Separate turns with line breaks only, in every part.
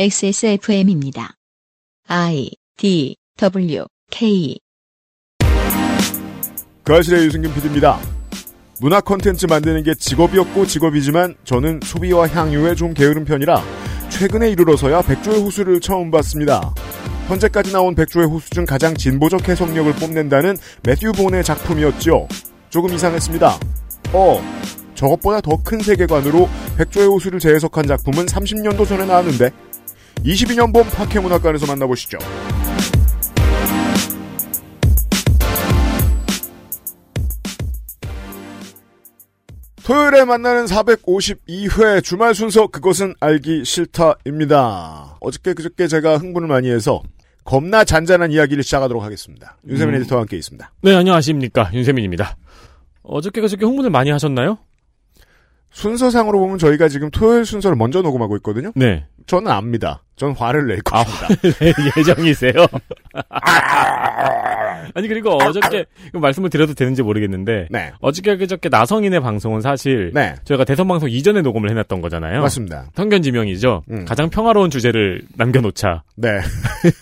XSFM입니다. I D W K
그 아실의 유승균 PD입니다. 문화 콘텐츠 만드는 게 직업이었고 직업이지만 저는 소비와 향유에 좀 게으른 편이라 최근에 이르러서야 백조의 호수를 처음 봤습니다. 현재까지 나온 백조의 호수 중 가장 진보적 해석력을 뽐낸다는 매튜 본의 작품이었죠. 조금 이상했습니다. 어, 저것보다 더 큰 세계관으로 백조의 호수를 재해석한 작품은 30년도 전에 나왔는데 22년 봄 파케문학관에서 만나보시죠. 토요일에 만나는 452회 주말 순서 그것은 알기 싫다입니다. 어저께 그저께 제가 흥분을 많이 해서 겁나 잔잔한 이야기를 시작하도록 하겠습니다. 윤세민
음.
에디터와 함께 있습니다.
네, 안녕하십니까. 윤세민입니다. 어저께 그저께 흥분을 많이 하셨나요?
순서상으로 보면 저희가 지금 토요일 순서를 먼저 녹음하고 있거든요.
네.
저는 압니다. 전 화를 낼
아,
겁니다.
예정이세요? 아니, 그리고 어저께, 이거 말씀을 드려도 되는지 모르겠는데,
네.
어저께 그저께 나성인의 방송은 사실,
네.
저희가 대선방송 이전에 녹음을 해놨던 거잖아요.
맞습니다.
선견지명이죠.
음.
가장 평화로운 주제를 남겨놓자.
네.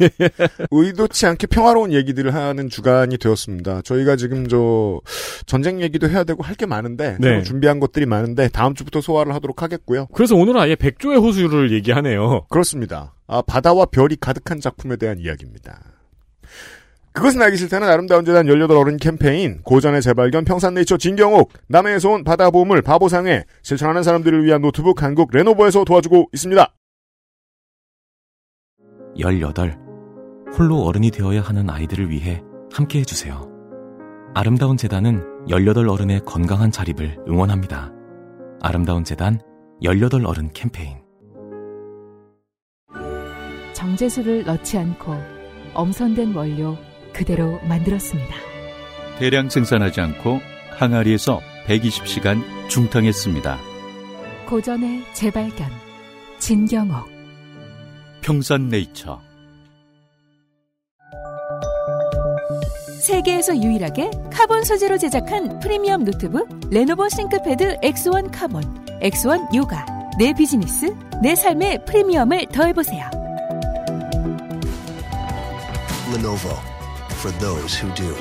의도치 않게 평화로운 얘기들을 하는 주간이 되었습니다. 저희가 지금 저 전쟁 얘기도 해야 되고 할 게 많은데
네.
좀 준비한 것들이 많은데 다음 주부터 소화를 하도록 하겠고요.
그래서 오늘은 아예 백조의 호수를 얘기하네요.
그렇습니다. 아, 바다와 별이 가득한 작품에 대한 이야기입니다. 그것은 알기 싫다는 아름다운 재단 18어른 캠페인, 고전의 재발견 평산네이처 진경옥, 남해에서 온 바다 보물 바보상해, 실천하는 사람들을 위한 노트북 한국 레노버에서 도와주고 있습니다.
18. 홀로 어른이 되어야 하는 아이들을 위해 함께 해주세요. 아름다운 재단은 18 어른의 건강한 자립을 응원합니다. 아름다운 재단 18 어른 캠페인.
정제수를 넣지 않고 엄선된 원료 그대로 만들었습니다.
대량 생산하지 않고 항아리에서 120시간 중탕했습니다.
고전의 재발견 진경옥
평산네이처
세계에서 유일하게 카본 소재로 제작한 프리미엄 노트북 레노버 싱크패드 X1 카본 X1 요가 내 비즈니스 내 삶의 프리미엄을 더해보세요.
Lenovo for those who do.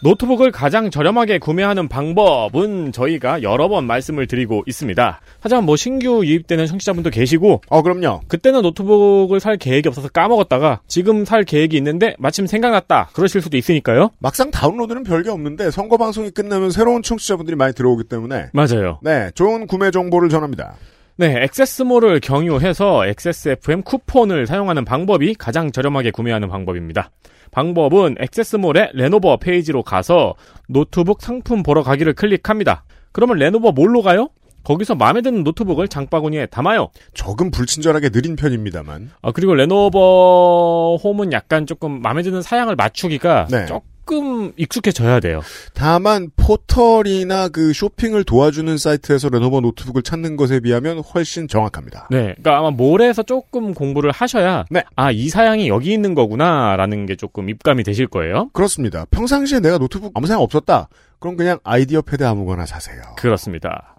노트북을 가장 저렴하게 구매하는 방법은 저희가 여러 번 말씀을 드리고 있습니다. 하지만 뭐 신규 유입되는 청취자분도 계시고,
어, 그럼요.
그때는 노트북을 살 계획이 없어서 까먹었다가 지금 살 계획이 있는데 마침 생각났다 그러실 수도 있으니까요.
막상 다운로드는 별게 없는데 선거 방송이 끝나면 새로운 청취자분들이 많이 들어오기 때문에
맞아요.
네, 좋은 구매 정보를 전합니다.
네, 액세스몰을 경유해서 XSFM 쿠폰을 사용하는 방법이 가장 저렴하게 구매하는 방법입니다. 방법은 액세스몰의 레노버 페이지로 가서 노트북 상품 보러 가기를 클릭합니다. 그러면 레노버 뭘로 가요? 거기서 마음에 드는 노트북을 장바구니에 담아요.
적은 불친절하게 느린 편입니다만
아, 그리고 레노버 홈은 약간 조금 마음에 드는 사양을 맞추기가
네.
조금 익숙해져야 돼요.
다만 포털이나 그 쇼핑을 도와주는 사이트에서 레노버 노트북을 찾는 것에 비하면 훨씬 정확합니다.
네, 그러니까 아마 몰에서 조금 공부를 하셔야
네.
아 이 사양이 여기 있는 거구나라는 게 조금 입감이 되실 거예요.
그렇습니다. 평상시에 내가 노트북 아무 생각 없었다. 그럼 그냥 아이디어 패드 아무거나 사세요.
그렇습니다.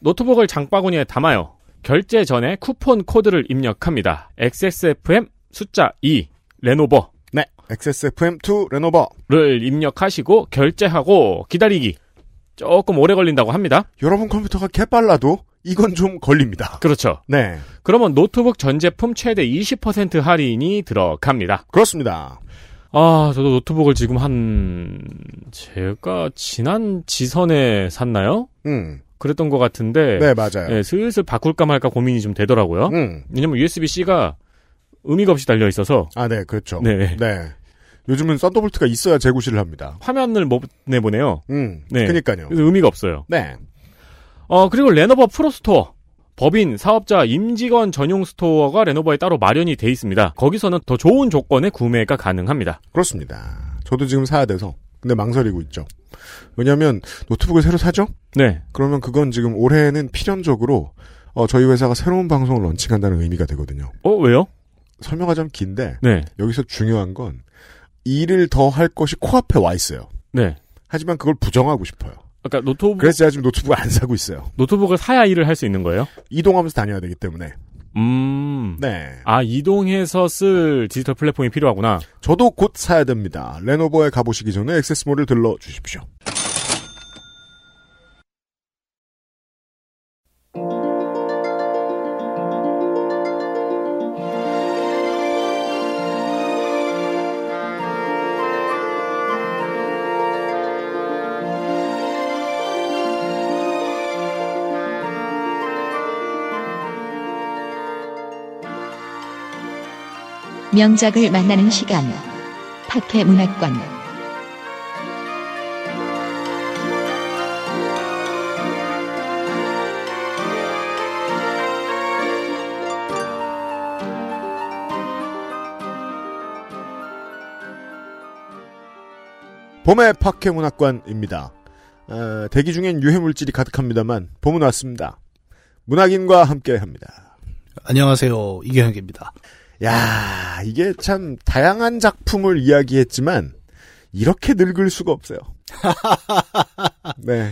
노트북을 장바구니에 담아요. 결제 전에 쿠폰 코드를 입력합니다. XSFM 숫자 2 레노버를
네. XSFM2 레노버.
입력하시고 결제하고 기다리기 조금 오래 걸린다고 합니다.
여러분 컴퓨터가 개빨라도 이건 좀 걸립니다.
그렇죠.
네.
그러면 노트북 전 제품 최대 20% 할인이 들어갑니다.
그렇습니다.
아, 저도 노트북을 지금 한 제가 지난 지선에 샀나요?
음.
그랬던 것 같은데
네, 맞아요.
예, 슬슬 바꿀까 말까 고민이 좀 되더라고요.
음.
왜냐면 USB-C가 의미가 없이 달려 있어서
아, 네, 그렇죠.
네.
요즘은 썬더볼트가 있어야 재구시를 합니다.
화면을 못 내보내요.
음.
네.
그니까요.
그래서 의미가 없어요.
네.
어 그리고 레노버 프로스토어 법인 사업자 임직원 전용 스토어가 레노버에 따로 마련이 돼 있습니다. 거기서는 더 좋은 조건의 구매가 가능합니다.
그렇습니다. 저도 지금 사야 돼서. 근데 망설이고 있죠. 왜냐면 하 노트북을 새로 사죠?
네,
그러면 그건 지금 올해는 필연적으로 어, 저희 회사가 새로운 방송을 런칭한다는 의미가 되거든요.
어 왜요?
설명하자면 긴데
네,
여기서 중요한 건 일을 더 할 것이 코앞에 와 있어요.
네.
하지만 그걸 부정하고 싶어요.
그러니까 노트북
그래서 제가 지금 노트북 안 사고 있어요.
노트북을 사야 일을 할 수 있는 거예요?
이동하면서 다녀야 되기 때문에.
음.
네.
아 이동해서 쓸 디지털 플랫폼이 필요하구나.
저도 곧 사야 됩니다. 레노버에 가보시기 전에 액세스몰을 들러 주십시오.
명작을 만나는 시간. 팟캐 문학관.
봄의 파케 문학관입니다. 어, 대기 중엔 유해 물질이 가득합니다만 봄은 왔습니다. 문학인과 함께합니다.
안녕하세요. 이경혁입니다.
야 이게 참 다양한 작품을 이야기했지만 이렇게 늙을 수가 없어요. 네,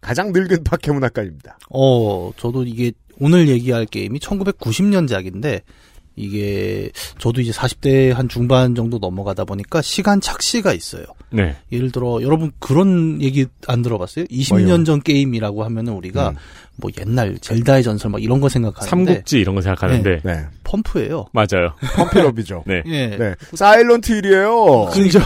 가장 늙은 파케 문학관입니다.
어, 저도 이게 오늘 얘기할 게임이 1990년작인데 이게 저도 이제 40대 한 중반 정도 넘어가다 보니까 시간 착시가 있어요.
네.
예를 들어 여러분 그런 얘기 안 들어봤어요? 20년 전 게임이라고 하면은 우리가
음.
뭐 옛날 젤다의 전설 막 이런 거 생각하는데
삼국지 이런 거 생각하는데
네,
펌프예요.
맞아요.
펌필업이죠.
네.
예. 어.
네, 사일런트 힐이에요.
그죠.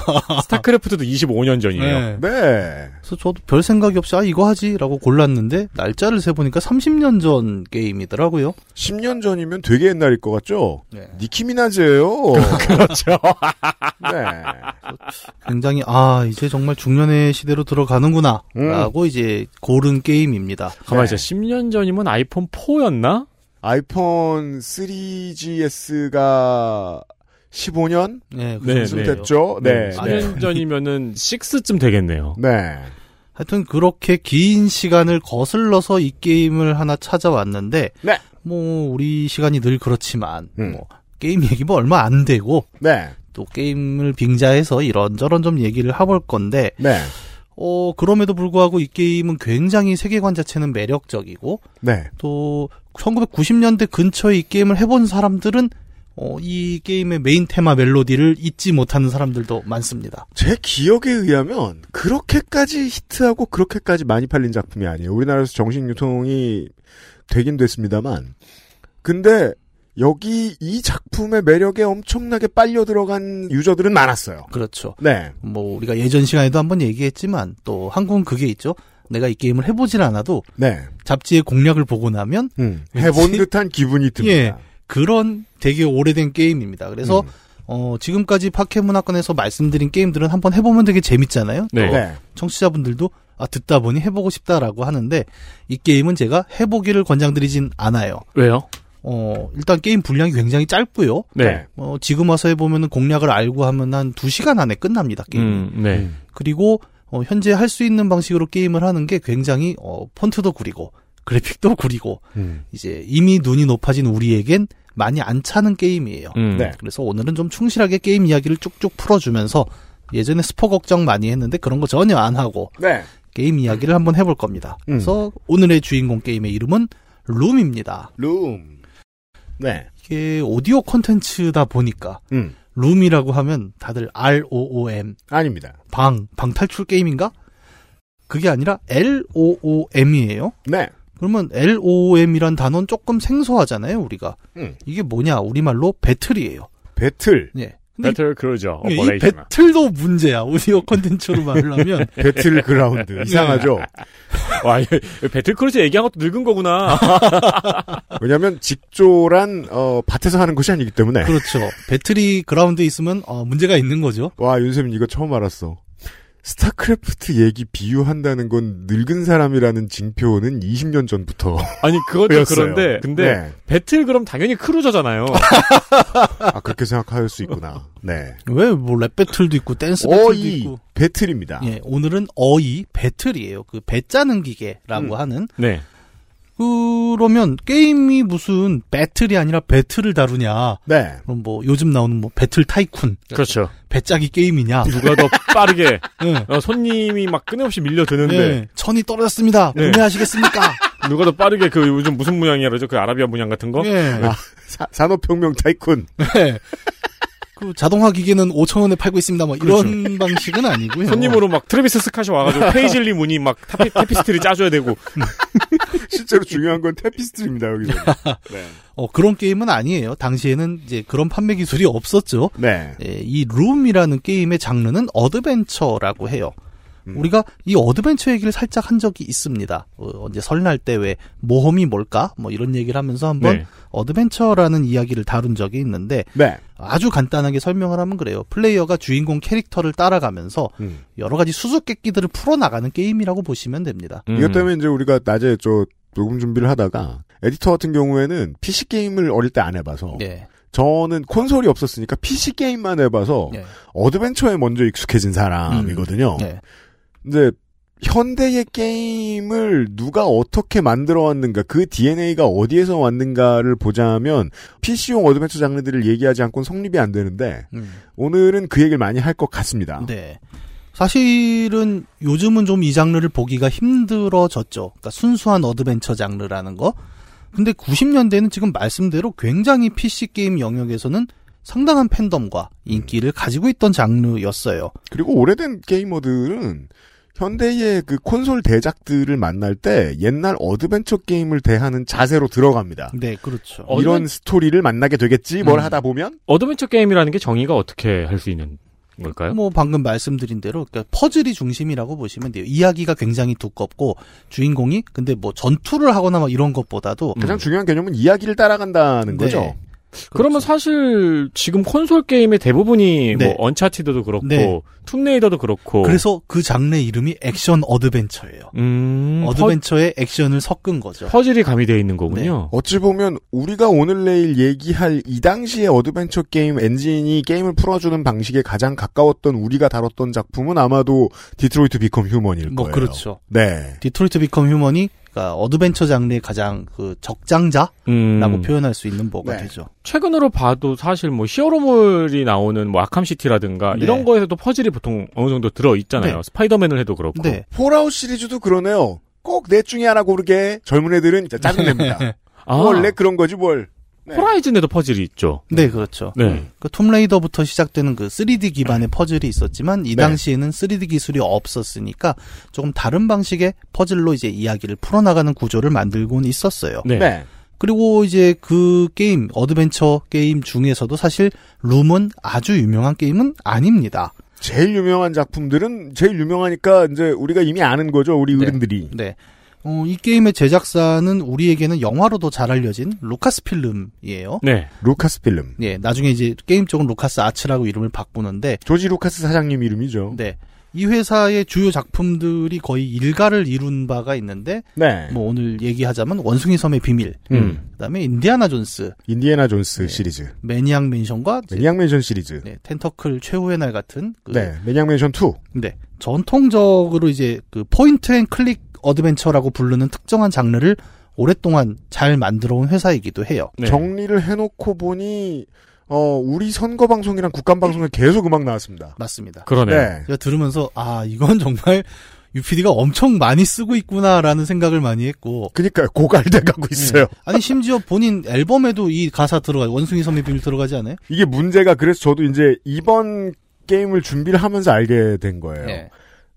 스타크래프트도 25년 전이에요.
예.
네,
그래서 저도 별 생각이 없이 아 이거 하지라고 골랐는데 날짜를 세 보니까 30년 전 게임이더라고요.
10년 전이면 되게 옛날일 것 같죠?
네.
니키미나즈예요.
그렇죠.
네.
굉장히 아 이제 정말 중년의 시대로
음.
들어가는구나라고 이제 고른 게임입니다.
가만
네.
있어. 10년 전이면 아이폰 4였나?
아이폰 3GS가 15년
네, 그
네,
정도
쯤
네.
돼요.
됐죠? 네.
아,
10년 전이면은 6쯤 되겠네요.
네.
하여튼 그렇게 긴 시간을 거슬러서 이 게임을 하나 찾아왔는데,
네.
뭐 우리 시간이 늘 그렇지만
음.
뭐 게임 얘기 뭐 얼마 안 되고
네.
또 게임을 빙자해서 이런저런 좀 얘기를 해볼 건데,
네.
어 그럼에도 불구하고 이 게임은 굉장히 세계관 자체는 매력적이고
네.
또 1990년대 근처에 이 게임을 해본 사람들은 어, 이 게임의 메인 테마 멜로디를 잊지 못하는 사람들도 많습니다.
제 기억에 의하면 그렇게까지 히트하고 그렇게까지 많이 팔린 작품이 아니에요. 우리나라에서 정식 유통이 되긴 됐습니다만. 근데 여기 이 작품의 매력에 엄청나게 빨려 들어간 유저들은 많았어요.
그렇죠.
네.
뭐 우리가 예전 시간에도 한번 얘기했지만 또 한국은 그게 있죠. 내가 이 게임을 해보질 않아도
네.
잡지의 공략을 보고 나면
음. 해본
왠지-
듯한 기분이 듭니다.
그런 되게 오래된 게임입니다. 그래서
음.
어, 지금까지 파케 문화권에서 말씀드린 게임들은 한번 해보면 되게 재밌잖아요.
네.
네.
청취자분들도 아, 듣다 보니 해보고 싶다라고 하는데 이 게임은 제가 해보기를 권장드리진 않아요.
왜요?
어, 일단 게임 분량이 굉장히 짧고요.
네.
어, 지금 와서 해보면은 공략을 알고 하면 한 2시간 안에 끝납니다, 게임.
음, 네.
그리고, 어, 현재 할 수 있는 방식으로 게임을 하는 게 굉장히, 어, 폰트도 구리고, 그래픽도 구리고,
음.
이제 이미 눈이 높아진 우리에겐 많이 안 차는 게임이에요.
음.
네.
그래서 오늘은 좀 충실하게 게임 이야기를 쭉쭉 풀어주면서 예전에 스포 걱정 많이 했는데 그런 거 전혀 안 하고
네.
게임 이야기를 한번 해볼 겁니다.
음.
그래서 오늘의 주인공 게임의 이름은 룸입니다.
룸. 네.
이게 오디오 콘텐츠다 보니까
음.
룸이라고 하면 다들 ROOM
아닙니다.
방 방탈출 게임인가? 그게 아니라 LOOM이에요.
네.
그러면 LOOM이란 단어는 조금 생소하잖아요, 우리가.
음.
이게 뭐냐? 우리말로 배틀이에요.
배틀.
예. 근데
배틀 크루저
이, 예, 이
오퍼레이션.
배틀도 문제야. 오디오 컨텐츠로 말을 하면
배틀
네.
그라운드. 이상하죠?
와, 이거 배틀 크루저 얘기한 것도 늙은 거구나.
왜냐면 하 직조란, 어, 밭에서 하는 것이 아니기
네.
때문에.
그렇죠. 배틀이 그라운드에 있으면 어, 문제가 있는 거죠.
와, 윤세민 이거 처음 알았어. 스타크래프트 얘기 비유한다는 건 늙은 사람이라는 징표는 20년 전부터
아니 그것도
외웠어요.
그런데 근데
네.
배틀 그럼 당연히 크루저잖아요.
아 그렇게 생각할 수 있구나. 네.
왜 뭐 랩 배틀도 있고 댄스 배틀도
어이
있고.
배틀입니다.
음.
예, 오늘은 어이 배틀이에요. 그 배 짜는 기계라고 하는
네.
그러면 게임이 무슨 배틀이 아니라 배틀을 다루냐?
네.
그럼 뭐 요즘 나오는 뭐 배틀 타이쿤,
그렇죠.
배짜기 게임이냐?
누가 더 빠르게
예.
어, 손님이 막 끊임없이 밀려드는데
예. 천이 떨어졌습니다.
네.
구매하시겠습니까?
누가 더 빠르게 그 요즘 무슨 문양이라 그러죠? 그 아라비아 문양 같은 거?
예.
아. 사- 산업혁명 타이쿤.
네. 그 자동화 기계는 5천 원에 팔고 있습니다. 뭐 이런 방식은 아니고요.
그렇죠. 손님으로 막 트레비스 스캇이 와가지고 페이즐리 무늬 막 타피, 테피스트리 짜줘야 되고
실제로 중요한 건 테피스트입니다, 여기서.
어, 그런 게임은 아니에요. 당시에는 이제 그런 판매 기술이 없었죠.
네.
예, 이 룸이라는 게임의 장르는 어드벤처라고 해요.
음.
우리가 이 어드벤처 얘기를 살짝 한 적이 있습니다. 어, 언제 설날 때 왜 모험이 뭘까? 뭐 이런 얘기를 하면서 한번
네.
어드벤처라는 이야기를 다룬 적이 있는데
네.
아주 간단하게 설명을 하면 그래요. 플레이어가 주인공 캐릭터를 따라가면서
음.
여러 가지 수수께끼들을 풀어나가는 게임이라고 보시면 됩니다.
이것 때문에 이제 우리가 낮에 저 녹음 준비를 하다가 에디터 같은 경우에는 PC 게임을 어릴 때 안 해봐서
예.
저는 콘솔이 없었으니까 PC 게임만 해봐서
예.
어드벤처에 먼저 익숙해진 사람이거든요.
예.
이제 현대의 게임을 누가 어떻게 만들어 왔는가, 그 DNA가 어디에서 왔는가를 보자면 PC용 어드벤처 장르들을 얘기하지 않고는 성립이 안 되는데
음.
오늘은 그 얘기를 많이 할 것 같습니다.
네. 사실은 요즘은 좀 이 장르를 보기가 힘들어졌죠. 그러니까 순수한 어드벤처 장르라는 거. 근데 90년대는 지금 말씀대로 굉장히 PC 게임 영역에서는 상당한 팬덤과 인기를 가지고 있던 장르였어요.
그리고 오래된 게이머들은 현대의 그 콘솔 대작들을 만날 때 옛날 어드벤처 게임을 대하는 자세로 들어갑니다.
네, 그렇죠.
어,
이런 스토리를 만나게 되겠지
음.
뭘 하다 보면
어드벤처 게임이라는 게 정의가 어떻게 할 수 있는 걸까요?
뭐 방금 말씀드린 대로 그러니까 퍼즐이 중심이라고 보시면 돼요. 이야기가 굉장히 두껍고 주인공이 근데 뭐 전투를 하거나 막 이런 것보다도
가장 중요한 개념은 이야기를 따라간다는
음. 네.
거죠.
음, 그러면 사실 지금 콘솔 게임의 대부분이
네.
뭐 언차티드도 그렇고
네.
툼레이더도 그렇고
그래서 그 장르 이름이 액션 어드벤처예요.
음,
어드벤처에 액션을 섞은 거죠.
퍼, 퍼즐이 가미되어 있는 거군요.
어찌 보면 우리가 오늘 내일 얘기할 이 당시의 어드벤처 게임 엔진이 게임을 풀어주는 방식에 가장 가까웠던 우리가 다뤘던 작품은 아마도 디트로이트 비컴 휴먼일
뭐
거예요.
그렇죠.
네.
디트로이트 비컴 휴먼이 그러니까 어드벤처 장르의 가장 그 적장자라고
음,
표현할 수 있는 뭐가
네.
되죠.
최근으로 봐도 사실 뭐 히어로물이 나오는 뭐 아캄시티라든가
네.
이런 거에서도 퍼즐이 보통 어느 정도 들어 있잖아요.
네.
스파이더맨을 해도 그렇고.
네.
폴아웃 시리즈도 그러네요. 꼭 내 중에 하나 고르게 젊은 애들은 진짜 짜증냅니다.
아,
원래 그런 거지 뭘. 네.
호라이즌에도 퍼즐이 있죠.
네, 그렇죠.
네.
그 툼레이더부터 시작되는 그 3D 기반의 퍼즐이 있었지만 이
네.
당시에는 3D 기술이 없었으니까 조금 다른 방식의 퍼즐로 이제 이야기를 풀어나가는 구조를 만들곤 있었어요.
네.
네.
그리고 이제 그 게임 어드벤처 게임 중에서도 사실 룸은 아주 유명한 게임은 아닙니다.
제일 유명한 작품들은 제일 유명하니까 이제 우리가 이미 아는 거죠. 우리
네.
어른들이.
네. 어, 이 게임의 제작사는 우리에게는 영화로도 잘 알려진 루카스 필름이에요.
네.
루카스 필름.
예, 나중에 이제 게임 쪽은 루카스 아츠라고 이름을 바꾸는데,
조지 루카스 사장님 이름이죠.
네. 이 회사의 주요 작품들이 거의 일가를 이룬 바가 있는데,
네.
뭐 오늘 얘기하자면 원숭이 섬의 비밀,
음.
그 다음에 인디아나 존스,
인디애나 존스
네.
시리즈.
매니악 맨션과 이제,
매니악 맨션 시리즈.
네, 텐터클 최후의 날 같은, 그,
네, 매니악 맨션 2.
네, 전통적으로 이제 그 포인트 앤 클릭 어드벤처라고 부르는 특정한 장르를 오랫동안 잘 만들어 온 회사이기도 해요.
네.
정리를 해놓고 보니 어 우리 선거 방송이랑 국감 방송에 계속 음악 나왔습니다.
맞습니다.
그러네요.
네,
제가 들으면서 아 이건 정말 UPD가 엄청 많이 쓰고 있구나라는 생각을 많이 했고
그러니까 고갈돼 가고 있어요.
아니 심지어 본인 앨범에도 이 가사 들어가 원숭이 섬의 비밀 들어가지 않아요?
이게 문제가 그래서 저도 이제 이번 게임을 준비를 하면서 알게 된 거예요.
네.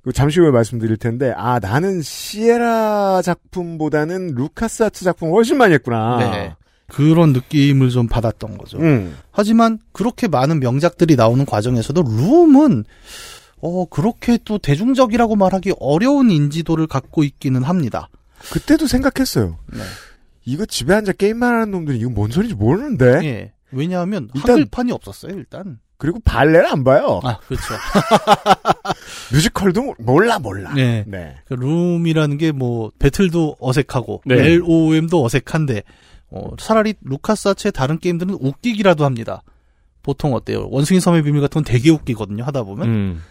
그 잠시 후에 말씀드릴 텐데 아 나는 시에라 작품보다는 루카스 아트 작품 훨씬 많이 했구나.
네. 그런 느낌을 좀 받았던 거죠.
아. 음.
하지만 그렇게 많은 명작들이 나오는 과정에서도 룸은 어 그렇게 또 대중적이라고 말하기 어려운 인지도를 갖고 있기는 합니다.
그때도 생각했어요.
네.
이거 집에 앉아 게임만 하는 놈들이 이거 뭔 소리인지 모르는데.
예. 왜냐하면
네? 일단-
한글판이 없었어요 일단.
그리고 발레를 안 봐요.
아 그렇죠.
뮤지컬도 몰라 몰라.
네.
네.
그 룸이라는 게 뭐 배틀도 어색하고
네.
LOM도 어색한데 어, 차라리 루카스 아츠의 다른 게임들은 웃기기라도 합니다. 보통 어때요? 원숭이 섬의 비밀 같은 건 되게 웃기거든요. 하다 보면.
음.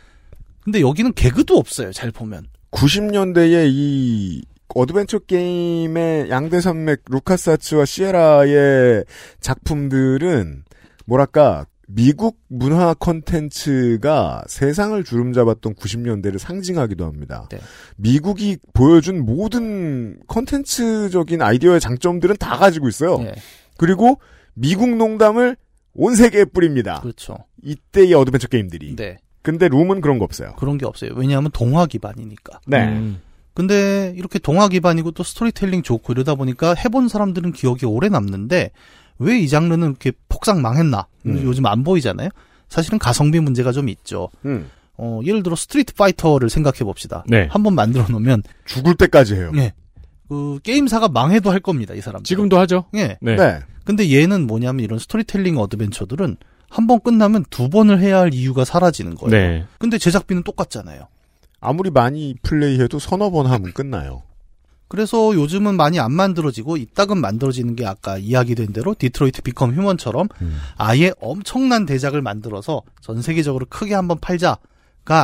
근데 여기는 개그도 없어요. 잘 보면.
90년대에 이 어드벤처 게임의 양대산맥 루카스아츠와 시에라의 작품들은 뭐랄까 미국 문화 콘텐츠가 세상을 주름잡았던 90년대를 상징하기도 합니다.
네.
미국이 보여준 모든 콘텐츠적인 아이디어의 장점들은 다 가지고 있어요.
네,
예,
그리고 미국 농담을 온 세계에 뿌립니다.
그렇죠.
이때의 어드벤처 아. 게임들이.
네.
근데 룸은 그런 거 없어요.
그런 게 없어요. 왜냐하면 동화 기반이니까.
네.
음.
근데 이렇게 동화 기반이고 또 스토리텔링 좋고 이러다 보니까 해본 사람들은 기억이 오래 남는데 왜 이 장르는 이렇게 폭삭 망했나?
음.
요즘 안 보이잖아요. 사실은 가성비 문제가 좀 있죠.
음.
어, 예를 들어 스트리트 파이터를 생각해 봅시다.
네.
한번 만들어 놓으면
죽을 때까지 해요.
예. 그 게임사가 망해도 할 겁니다, 이 사람들.
지금도 하죠.
예.
음.
네.
네.
근데 얘는 뭐냐면 이런 스토리텔링 어드벤처들은 한 번 끝나면 두 번을 해야 할 이유가 사라지는 거예요.
네.
근데 제작비는 똑같잖아요.
아무리 많이 플레이해도 서너 번 하면 끝나요.
그래서 요즘은 많이 안 만들어지고 이따금 만들어지는 게 아까 이야기된 대로 디트로이트 비컴 휴먼처럼
음.
아예 엄청난 대작을 만들어서 전 세계적으로 크게 한번 팔자가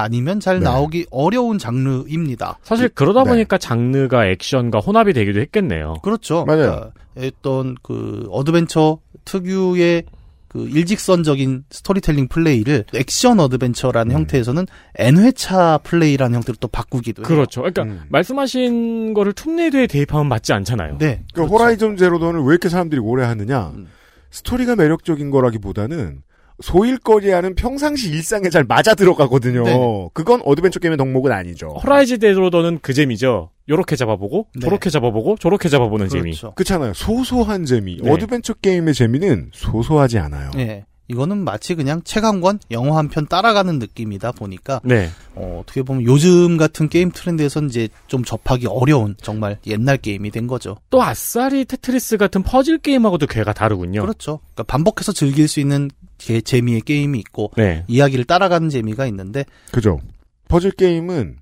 아니면 잘
네.
나오기 어려운 장르입니다.
사실 그러다
네.
보니까 장르가 액션과 혼합이 되기도 했겠네요.
그렇죠.
맞아요.
그러니까 어떤 그 어드벤처 특유의 그 일직선적인 스토리텔링 플레이를 액션 어드벤처라는
음.
형태에서는 N회차 플레이라는 형태로 또 바꾸기도 해요.
그렇죠. 그러니까
음.
말씀하신 거를 툼레이드에 대입하면 맞지 않잖아요.
네.
그
그렇죠.
호라이즌 제로던을 왜 이렇게 사람들이 오래 하느냐?
음.
스토리가 매력적인 거라기보다는 소일거리하는 평상시 일상에 잘 맞아 들어가거든요.
네.
그건 어드벤처 게임의 덕목은 아니죠.
호라이즈 데드로더는 그 재미죠. 요렇게 잡아보고
네.
저렇게 잡아보고 저렇게 잡아보는 재미.
그렇죠.
그렇잖아요. 소소한 재미.
네.
어드벤처 게임의 재미는 소소하지 않아요.
예. 이거는 마치 그냥 체감관 영화 한 편 따라가는 느낌이다 보니까
네.
어, 떻게 보면 요즘 같은 게임 트렌드에선 이제 좀 접하기 어려운 정말 옛날 게임이 된 거죠.
또 아싸리 테트리스 같은 퍼즐 게임하고도 괴가 다르군요.
그렇죠. 그러니까 반복해서 즐길 수 있는 게- 재미의 게임이 있고
네.
이야기를 따라가는 재미가 있는데
그죠? 퍼즐 게임은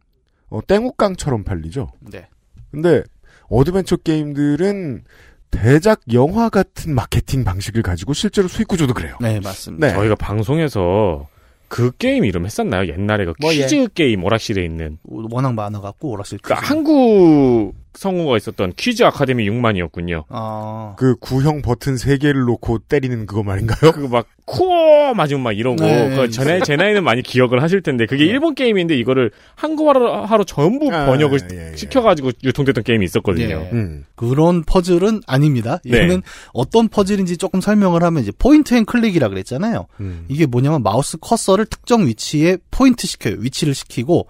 어, 땡옥강처럼 팔리죠.
네.
근데 어드벤처 게임들은 대작 영화 같은 마케팅 방식을 가지고 실제로 수익 구조도 그래요.
네, 맞습니다.
네.
저희가 방송에서 그 게임 이름 했었나요? 옛날에 그
뭐, 예.
퀴즈 게임 오락실에 있는
워낙 많아 갖고 오락실
그
퀴즈.
한국 성우가 있었던 퀴즈 아카데미 6만이었군요.
아.
그 구형 버튼 세 개를 놓고 때리는 그거 말인가요?
그거 막 코어 맞으면 막 이러고
네,
그 전에 제 나이는 많이 기억을 하실 텐데 그게 일본 게임인데 이거를 한국어로 하루 전부
네. 아,
번역을
예, 예.
시켜가지고 유통됐던 게임이 있었거든요.
예.
음.
그런 퍼즐은 아닙니다.
네.
이거는 어떤 퍼즐인지 조금 설명을 하면 이제 포인트 앤 클릭이라 그랬잖아요.
음.
이게 뭐냐면 마우스 커서를 특정 위치에 포인트 시켜요. 위치를 시키고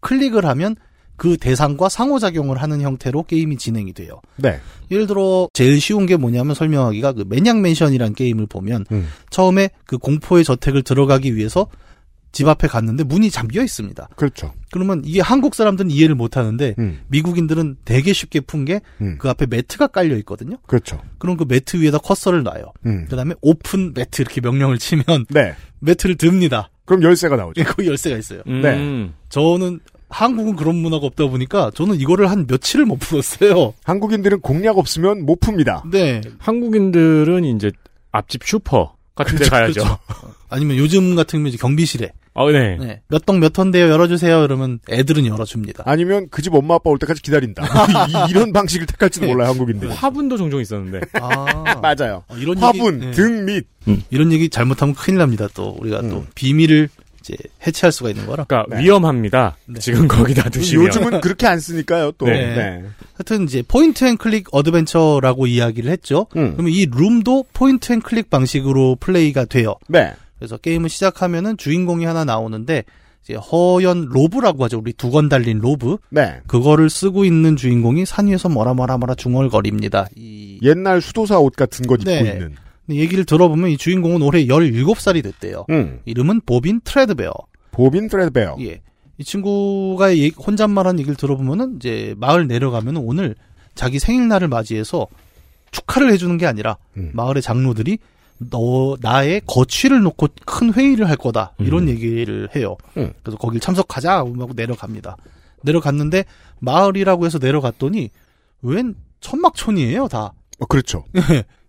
클릭을 하면 그 대상과 상호작용을 하는 형태로 게임이 진행이 돼요.
네.
예를 들어 제일 쉬운 게 뭐냐면 설명하기가 그 매냥 맨션이라는 게임을 보면
음.
처음에 그 공포의 저택을 들어가기 위해서 집 앞에 갔는데 문이 잠겨 있습니다.
그렇죠.
그러면 이게 한국 사람들은 이해를 못 하는데
음.
미국인들은 되게 쉽게 푼 게 그
음.
앞에 매트가 깔려 있거든요.
그렇죠.
그럼 그 매트 위에다 커서를 놔요.
음.
그다음에 오픈 매트 이렇게 명령을 치면
네.
매트를 듭니다.
그럼 열쇠가 나오죠.
그 열쇠가 있어요.
음.
네.
저는 한국은 그런 문화가 없다 보니까 저는 이거를 한 며칠을 못 풀었어요.
한국인들은 공략 없으면 못 풉니다.
네.
한국인들은 이제 앞집 슈퍼 같은 데 가야죠.
아니면 요즘 같은 경우 이제 경비실에
아, 네.
네. 몇동몇턴 대요 열어주세요. 이러면 애들은 열어줍니다.
아니면 그 집 엄마 아빠 올 때까지 기다린다. 이, 런 방식을 택할지도 몰라요, 한국인들은.
화분도 종종 있었는데.
네.
아.
맞아요.
어, 이런
화분,
얘기, 네.
등 밑.
이런 얘기 잘못하면 큰일 납니다. 또 우리가 또
음.
비밀을 이제 해체할 수가 있는 거라.
그러니까
네.
위험합니다.
네.
지금 거기다 두시면.
요즘은 그렇게 안 쓰니까요, 또.
네.
네.
하여튼 이제 포인트 앤 클릭 어드벤처라고 이야기를 했죠.
음.
그러면 이 룸도 포인트 앤 클릭 방식으로 플레이가 돼요.
네.
그래서 게임을 시작하면은 주인공이 하나 나오는데 이제 허연 로브라고 하죠. 우리 두 건 달린 로브.
네.
그거를 쓰고 있는 주인공이 산 위에서 뭐라 뭐라 뭐라 중얼거립니다. 이
옛날 수도사 옷 같은 것 입고
네.
있는.
근데 얘기를 들어보면 이 주인공은 올해 17살이 됐대요.
음.
이름은 보빈 트레드베어.
보빈 트레드베어.
예. 이 친구가 얘- 혼잣말한 얘기를 들어보면은 이제 마을 내려가면 오늘 자기 생일날을 맞이해서 축하를 해주는 게 아니라
음.
마을의 장로들이 너 나의 거취를 놓고 큰 회의를 할 거다 이런 얘기를 해요.
음.
그래서 거길 참석하자 하고 내려갑니다. 내려갔는데 마을이라고 해서 내려갔더니 웬 천막촌이에요 다.
어, 그렇죠.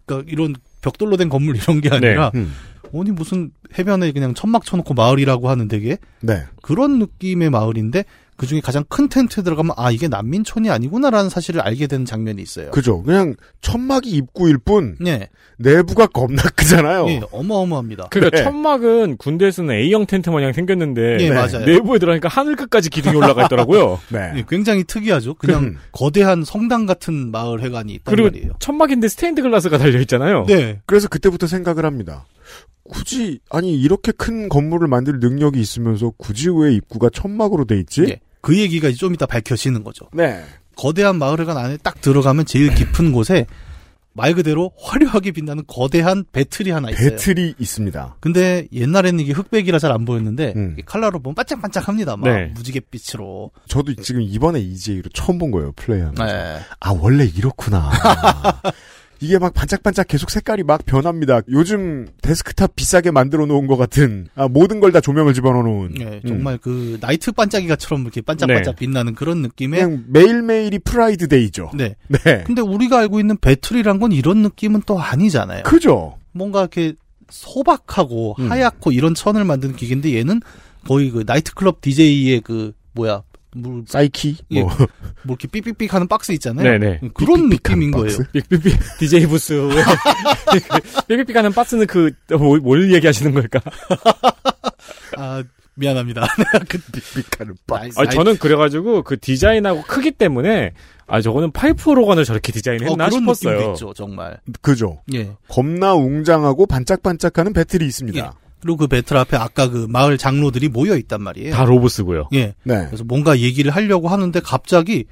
그러니까 이런 벽돌로 된 건물 이런 게 아니라
음.
아니 무슨 해변에 그냥 천막 쳐놓고 마을이라고 하는 되게
네.
그런 느낌의 마을인데 그 중에 가장 큰 텐트에 들어가면 아 이게 난민촌이 아니구나라는 사실을 알게 되는 장면이 있어요.
그죠. 그냥 천막이 입구일 뿐
네,
내부가 겁나 크잖아요.
예, 어마어마합니다.
그러니까
네.
천막은 군대에 쓰는 A형 텐트 마냥 생겼는데
예,
네.
맞아요.
내부에 들어가니까 하늘 끝까지 기둥이 올라가 있더라고요.
네. 음.
예, 굉장히 특이하죠. 그냥 거대한 성당 같은 마을 회관이 있단
그리고
말이에요.
천막인데 스테인드 글라스가 달려
어.
있잖아요.
네,
그래서 그때부터 생각을 합니다. 굳이 아니 이렇게 큰 건물을 만들 능력이 있으면서 굳이 왜 입구가 천막으로 돼 있지?
예, 그 얘기가 좀 이따 밝혀지는 거죠.
네.
거대한 마을 회관 안에 딱 들어가면 제일 깊은 곳에 말 그대로 화려하게 빛나는 거대한 배틀이 하나 있어요.
배틀이 있습니다.
근데 옛날에는 이게 흑백이라 잘 안 보였는데
음.
이게 칼라로 보면 반짝반짝합니다. 막
네.
무지갯빛으로.
저도 지금 이번에 EJ로 처음 본 거예요 플레이하는. 거.
네.
아 원래 이렇구나. 이게 막 반짝반짝 계속 색깔이 막 변합니다. 요즘 데스크탑 비싸게 만들어 놓은 것 같은 아, 모든 걸 다 조명을 집어넣어
음.
놓은. 음.
예, 정말 그 나이트 반짝이가처럼 이렇게 반짝반짝
네.
빛나는 그런 느낌의
그냥 매일매일이 프라이드 데이죠.
네.
네.
근데 우리가 알고 있는 배틀이란 건 이런 느낌은 또 아니잖아요.
그죠?
뭔가 이렇게 소박하고
음.
하얗고 이런 천을 만드는 기계인데 얘는 거의 그 나이트클럽 DJ의 그 뭐야 물,
사이키?
예,
뭐.
뭐 이렇게 삑삑삑 하는 박스 있잖아요. 음,
네네.
그런
삑삑삑한
느낌인
박스?
거예요.
빅빅빅 DJ 부스 빅빅빅 하는 박스는 그뭘 뭘 얘기하시는 걸까?
아 미안합니다. 어, 내가 그
삑삑하는 박스.
아 저는 그래가지고 그 디자인하고 크기 때문에 아 저거는 파이프 로건을 저렇게 디자인했나
어, 그런 느낌도
싶었어요.
있죠, 정말.
그죠.
예.
겁나 웅장하고 반짝반짝하는 배틀이 있습니다.
그리고 그 배틀 앞에 아까 그 마을 장로들이 모여 있단 말이에요.
다 로보스고요.
예.
네.
그래서 뭔가 얘기를 하려고 하는데 갑자기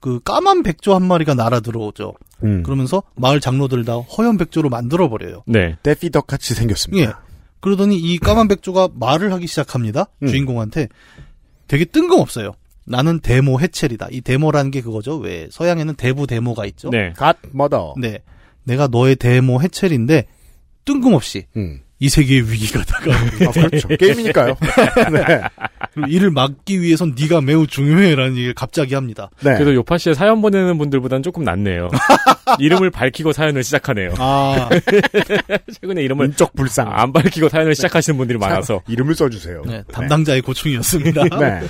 그 까만 백조 한 마리가 날아 들어오죠.
음.
그러면서 마을 장로들 다 허연 백조로 만들어 버려요.
네.
데피덕 같이 생겼습니다.
예. 그러더니 이 까만 백조가 말을 하기 시작합니다.
음.
주인공한테 되게 뜬금없어요. 나는 데모 해첼이다. 이 데모라는 게 그거죠. 왜 서양에는 대부 데모가 있죠.
네.
갓 머더.
네. 내가 너의 데모 해첼인데 뜬금없이
음.
이 세계의 위기가 다가오고
아, 그렇죠. 게임이니까요. 네.
이를 막기 위해선 네가 매우 중요해라는 얘기를 갑자기 합니다.
네.
그래서 요파 씨의 사연 보내는 분들보단 조금 낫네요. 이름을 밝히고 사연을 시작하네요.
아,
최근에 이름을
인적 불상.
안 밝히고 사연을 시작하시는 분들이 많아서
이름을 써주세요.
네, 담당자의 고충이었습니다.
네. 네.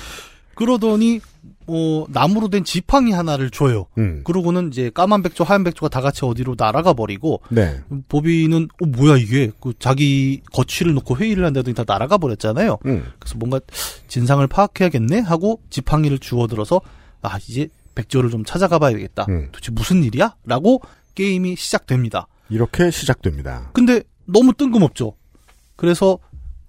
그러더니 어, 나무로 된 지팡이 하나를 줘요.
음.
그러고는 이제 까만 백조, 하얀 백조가 다 같이 어디로 날아가 버리고
네.
보비는 어, 뭐야 이게 그 자기 거취를 놓고 회의를 한다더니 다 날아가 버렸잖아요.
음.
그래서 뭔가 진상을 파악해야겠네 하고 지팡이를 주워들어서 아 이제 백조를 좀 찾아가 봐야겠다.
음.
도대체 무슨 일이야? 라고 게임이 시작됩니다.
이렇게 시작됩니다.
근데 너무 뜬금없죠. 그래서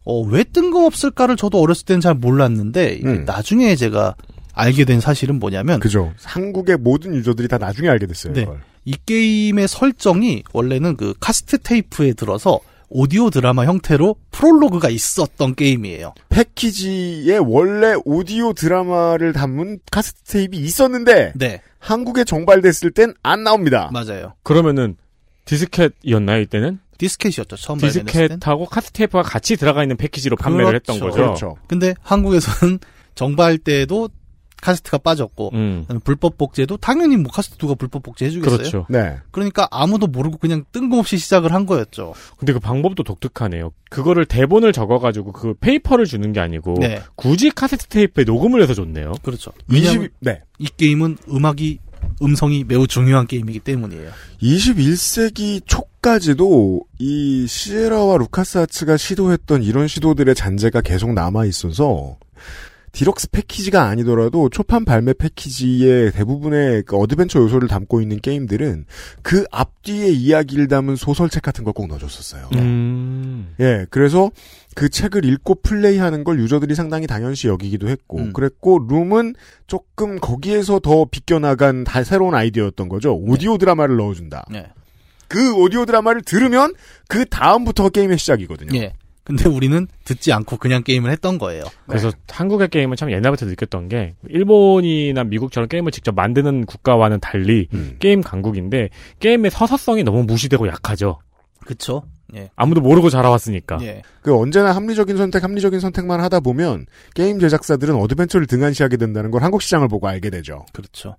어, 왜 뜬금없을까를 저도 어렸을 때는 잘 몰랐는데 이게
음.
나중에 제가 알게 된 사실은 뭐냐면
그죠. 한국의 모든 유저들이 다 나중에 알게 됐어요.
네.
이걸.
이 게임의 설정이 원래는 그 카스트 테이프에 들어서 오디오 드라마 형태로 프롤로그가 있었던 게임이에요.
패키지에 원래 오디오 드라마를 담은 카스트 테이프 있었는데
네,
한국에 정발됐을 땐 안 나옵니다.
맞아요.
그러면은 디스켓이었나요 이때는?
디스켓이었죠 처음 발견했을 땐.
디스켓하고 카스테이프가 같이 들어가 있는 패키지로 판매를 했던 거죠.
그렇죠. 근데 한국에서는 정발 때도 카스트가 빠졌고
음.
불법 복제도 당연히 뭐 카스트 누가 불법 복제 해주겠어요?
그렇죠.
네.
러니까 아무도 모르고 그냥 뜬금없이 시작을 한 거였죠.
근데 그 방법도 독특하네요. 그거를 대본을 적어가지고 그 페이퍼를 주는 게 아니고
네,
굳이 카세트 테이프에 녹음을 해서 줬네요.
그렇죠. 왜냐면
20, 네.
이 게임은 음악이 음성이 매우 중요한 게임이기 때문이에요.
21세기 초까지도 이 시에라와 루카스 아츠가 시도했던 이런 시도들의 잔재가 계속 남아 있어서 디럭스 패키지가 아니더라도 초판 발매 패키지의 대부분의 그 어드벤처 요소를 담고 있는 게임들은 그 앞뒤의 이야기를 담은 소설책 같은 걸 꼭 넣어줬었어요.
음.
예, 그래서 그 책을 읽고 플레이하는 걸 유저들이 상당히 당연시 여기기도 했고,
음.
그랬고, 룸은 조금 거기에서 더 빗겨나간 다 새로운 아이디어였던 거죠. 오디오 드라마를 넣어준다.
네.
그 오디오 드라마를 들으면 그 다음부터 게임의 시작이거든요.
예. 근데 우리는 듣지 않고 그냥 게임을 했던 거예요.
그래서 한국의 게임은 참 옛날부터 느꼈던 게 일본이나 미국처럼 게임을 직접 만드는 국가와는 달리
음.
게임 강국인데 게임의 서사성이 너무 무시되고 약하죠.
그쵸? 예.
아무도 모르고 자라왔으니까.
예.
그 언제나 합리적인 선택, 합리적인 선택만 하다 보면 게임 제작사들은 어드벤처를 등한시하게 된다는 걸 한국 시장을 보고 알게 되죠.
그렇죠.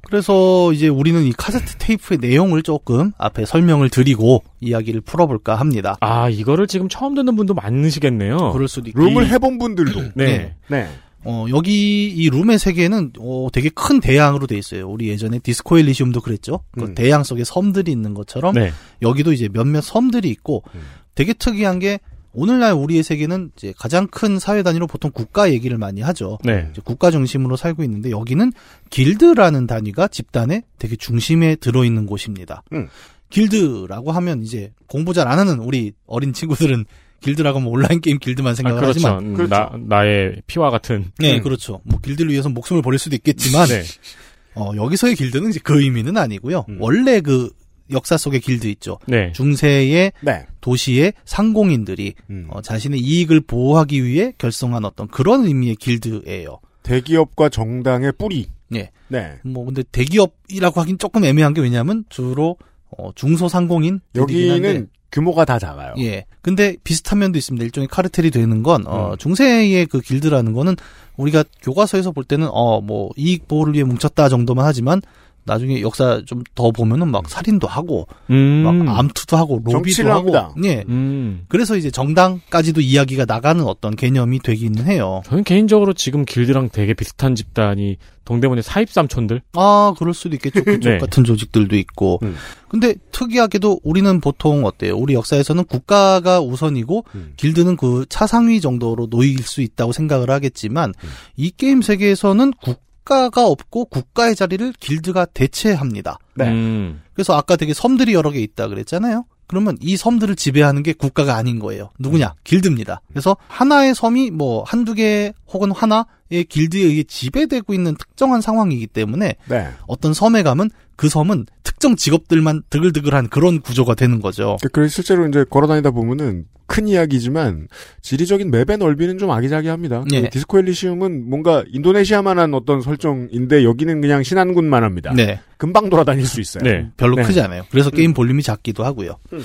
그래서 이제 우리는 이 카세트 테이프의 내용을 조금 앞에 설명을 드리고 이야기를 풀어볼까 합니다.
아, 이거를 지금 처음 듣는 분도 많으시겠네요.
그럴 수도 있고.
룸을 해본 분들도.
네.
네.
네.
어, 여기 이 룸의 세계는 어, 되게 큰 대양으로 돼 있어요. 우리 예전에 디스코 엘리시움도 그랬죠. 그
음.
대양 속에 섬들이 있는 것처럼
네.
여기도 이제 몇몇 섬들이 있고
음.
되게 특이한 게 오늘날 우리의 세계는 이제 가장 큰 사회 단위로 보통 국가 얘기를 많이 하죠.
네.
이제 국가 중심으로 살고 있는데 여기는 길드라는 단위가 집단의 되게 중심에 들어있는 곳입니다.
음.
길드라고 하면 이제 공부 잘 안 하는 우리 어린 친구들은 길드라고 하면 온라인 게임 길드만
아,
생각을
그렇죠.
하지만
음,
그렇죠.
나, 나의 피와 같은.
네,
음.
그렇죠. 뭐 길드를 위해서 목숨을 버릴 수도 있겠지만
네.
어, 여기서의 길드는 이제 그 의미는 아니고요.
음.
원래 그 역사 속의 길드 있죠.
네.
중세의
네.
도시의 상공인들이
음.
어, 자신의 이익을 보호하기 위해 결성한 어떤 그런 의미의 길드예요.
대기업과 정당의 뿌리.
예.
네.
뭐 근데 대기업이라고 하긴 조금 애매한 게 왜냐하면 주로 어, 중소상공인
여기는 규모가 다 작아요.
예. 근데 비슷한 면도 있습니다. 일종의 카르텔이 되는 건,
음.
어, 중세의 그 길드라는 거는 우리가 교과서에서 볼 때는, 어, 뭐, 이익 보호를 위해 뭉쳤다 정도만 하지만 나중에 역사 좀 더 보면은 막 살인도 하고,
음.
막 아, 암투도 하고, 로비도
정치를
하고.
합니다.
예.
음.
그래서 이제 정당까지도 이야기가 나가는 어떤 개념이 되기는 해요.
저는 개인적으로 지금 길드랑 되게 비슷한 집단이 동대문의 사입삼촌들.
아, 그럴 수도 있겠죠. 그쪽
네.
같은 조직들도 있고.
음.
근데 특이하게도 우리는 보통 어때요? 우리 역사에서는 국가가 우선이고
음.
길드는 그 차상위 정도로 놓일 수 있다고 생각을 하겠지만
음.
이 게임 세계에서는 국가가 없고 국가의 자리를 길드가 대체합니다.
네.
음.
그래서 아까 되게 섬들이 여러 개 있다 그랬잖아요. 그러면 이 섬들을 지배하는 게 국가가 아닌 거예요.
네.
누구냐? 길드입니다. 그래서 하나의 섬이 뭐 한두 개 혹은 하나의 길드에 의해 지배되고 있는 특정한 상황이기 때문에
네.
어떤 섬에 가면 그 섬은 특정 직업들만 드글드글한 그런 구조가 되는 거죠.
그- 그 실제로 이제 걸어다니다 보면은 큰 이야기지만 지리적인 맵의 넓이는 좀 아기자기합니다.
예.
그 디스코 엘리시움은 뭔가 인도네시아만한 어떤 설정인데 여기는 그냥 신안군만 합니다.
네.
금방 돌아다닐 수 있어요.
네.
별로
네.
크지 않아요. 그래서 게임 볼륨이 작기도 하고요.
음.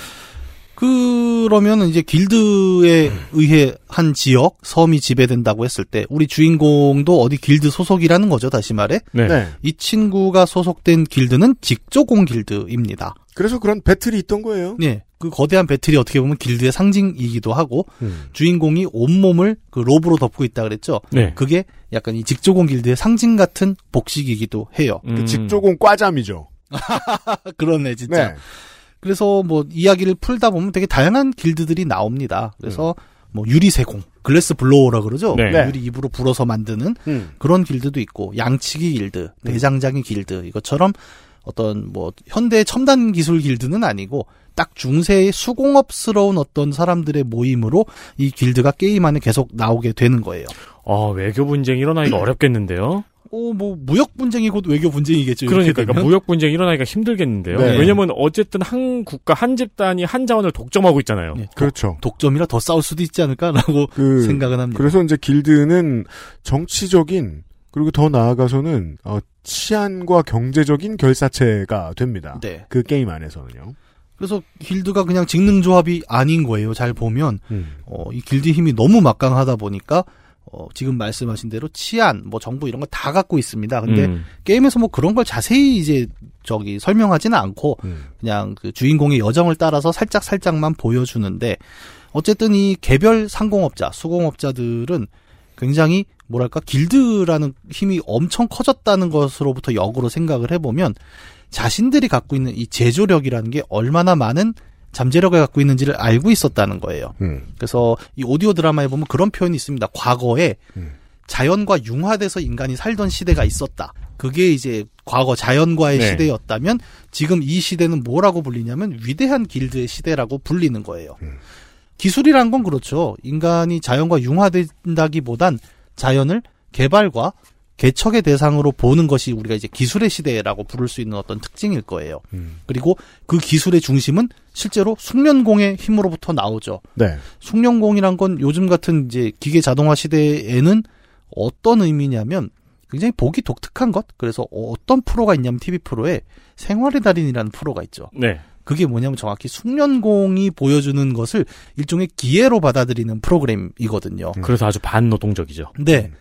그러면 이제 길드에 의해 한 지역 섬이 지배된다고 했을 때 우리 주인공도 어디 길드 소속이라는 거죠. 다시 말해
네.
네.
이 친구가 소속된 길드는 직조공 길드입니다.
그래서 그런 배틀이 있던
어?
거예요.
네, 그 거대한 배틀이 어떻게 보면 길드의 상징이기도 하고
음.
주인공이 온 몸을 그 롭으로 덮고 있다 그랬죠.
네.
그게 약간 이 직조공 길드의 상징 같은 복식이기도 해요.
그
음.
직조공 과잠이죠.
그러네 진짜.
네.
그래서 뭐 이야기를 풀다 보면 되게 다양한 길드들이 나옵니다. 그래서 뭐 유리세공, 글래스 블로우라 그러죠.
음. 네.
네.
유리 입으로 불어서 만드는
음.
그런 길드도 있고 양치기 길드, 대장장이 길드 이것처럼 어떤 뭐 현대 첨단 기술 길드는 아니고 딱 중세의 수공업스러운 어떤 사람들의 모임으로 이 길드가 게임 안에 계속 나오게 되는 거예요.
아, 외교 분쟁 일어나기가 어렵겠는데요?
오, 뭐 무역 분쟁이 곧 외교 분쟁이겠죠. 이렇게
그러니까, 그러니까
되면.
무역 분쟁 일어나기가 힘들겠는데요?
네.
왜냐면 어쨌든 한 국가, 한 집단이 한 자원을 독점하고 있잖아요.
예,
그렇죠.
독점이라 더 싸울 수도 있지 않을까라고
그
생각은 합니다.
그래서 이제 길드는 정치적인 그리고 더 나아가서는 어, 치안과 경제적인 결사체가 됩니다.
네.
그 게임 안에서는요.
그래서 길드가 그냥 직능 조합이 아닌 거예요. 잘 보면
음.
어, 이 길드 힘이 너무 막강하다 보니까 어, 지금 말씀하신 대로 치안, 뭐 정부 이런 거 다 갖고 있습니다. 근데
음.
게임에서 뭐 그런 걸 자세히 이제 저기 설명하지는 않고
음.
그냥 그 주인공의 여정을 따라서 살짝 살짝만 보여주는데 어쨌든 이 개별 상공업자, 수공업자들은 굉장히 뭐랄까 길드라는 힘이 엄청 커졌다는 것으로부터 역으로 생각을 해보면 자신들이 갖고 있는 이 제조력이라는 게 얼마나 많은 잠재력을 갖고 있는지를 알고 있었다는 거예요.
음.
그래서 이 오디오 드라마에 보면 그런 표현이 있습니다. 과거에
음.
자연과 융화돼서 인간이 살던 시대가 있었다. 그게 이제 과거 자연과의
네.
시대였다면 지금 이 시대는 뭐라고 불리냐면 위대한 길드의 시대라고 불리는 거예요. 기술이란 건 그렇죠. 인간이 자연과 융화된다기보단 자연을 개발과 개척의 대상으로 보는 것이 우리가 이제 기술의 시대라고 부를 수 있는 어떤 특징일 거예요.
음.
그리고 그 기술의 중심은 실제로 숙련공의 힘으로부터 나오죠.
네.
숙련공이란 건 요즘 같은 이제 기계 자동화 시대에는 어떤 의미냐면 굉장히 보기 독특한 것. 그래서 어떤 프로가 있냐면 TV 프로에 생활의 달인이라는 프로가 있죠.
네.
그게 뭐냐면 정확히 숙련공이 보여주는 것을 일종의 기회로 받아들이는 프로그램이거든요.
음.
그래서 아주 반노동적이죠.
근데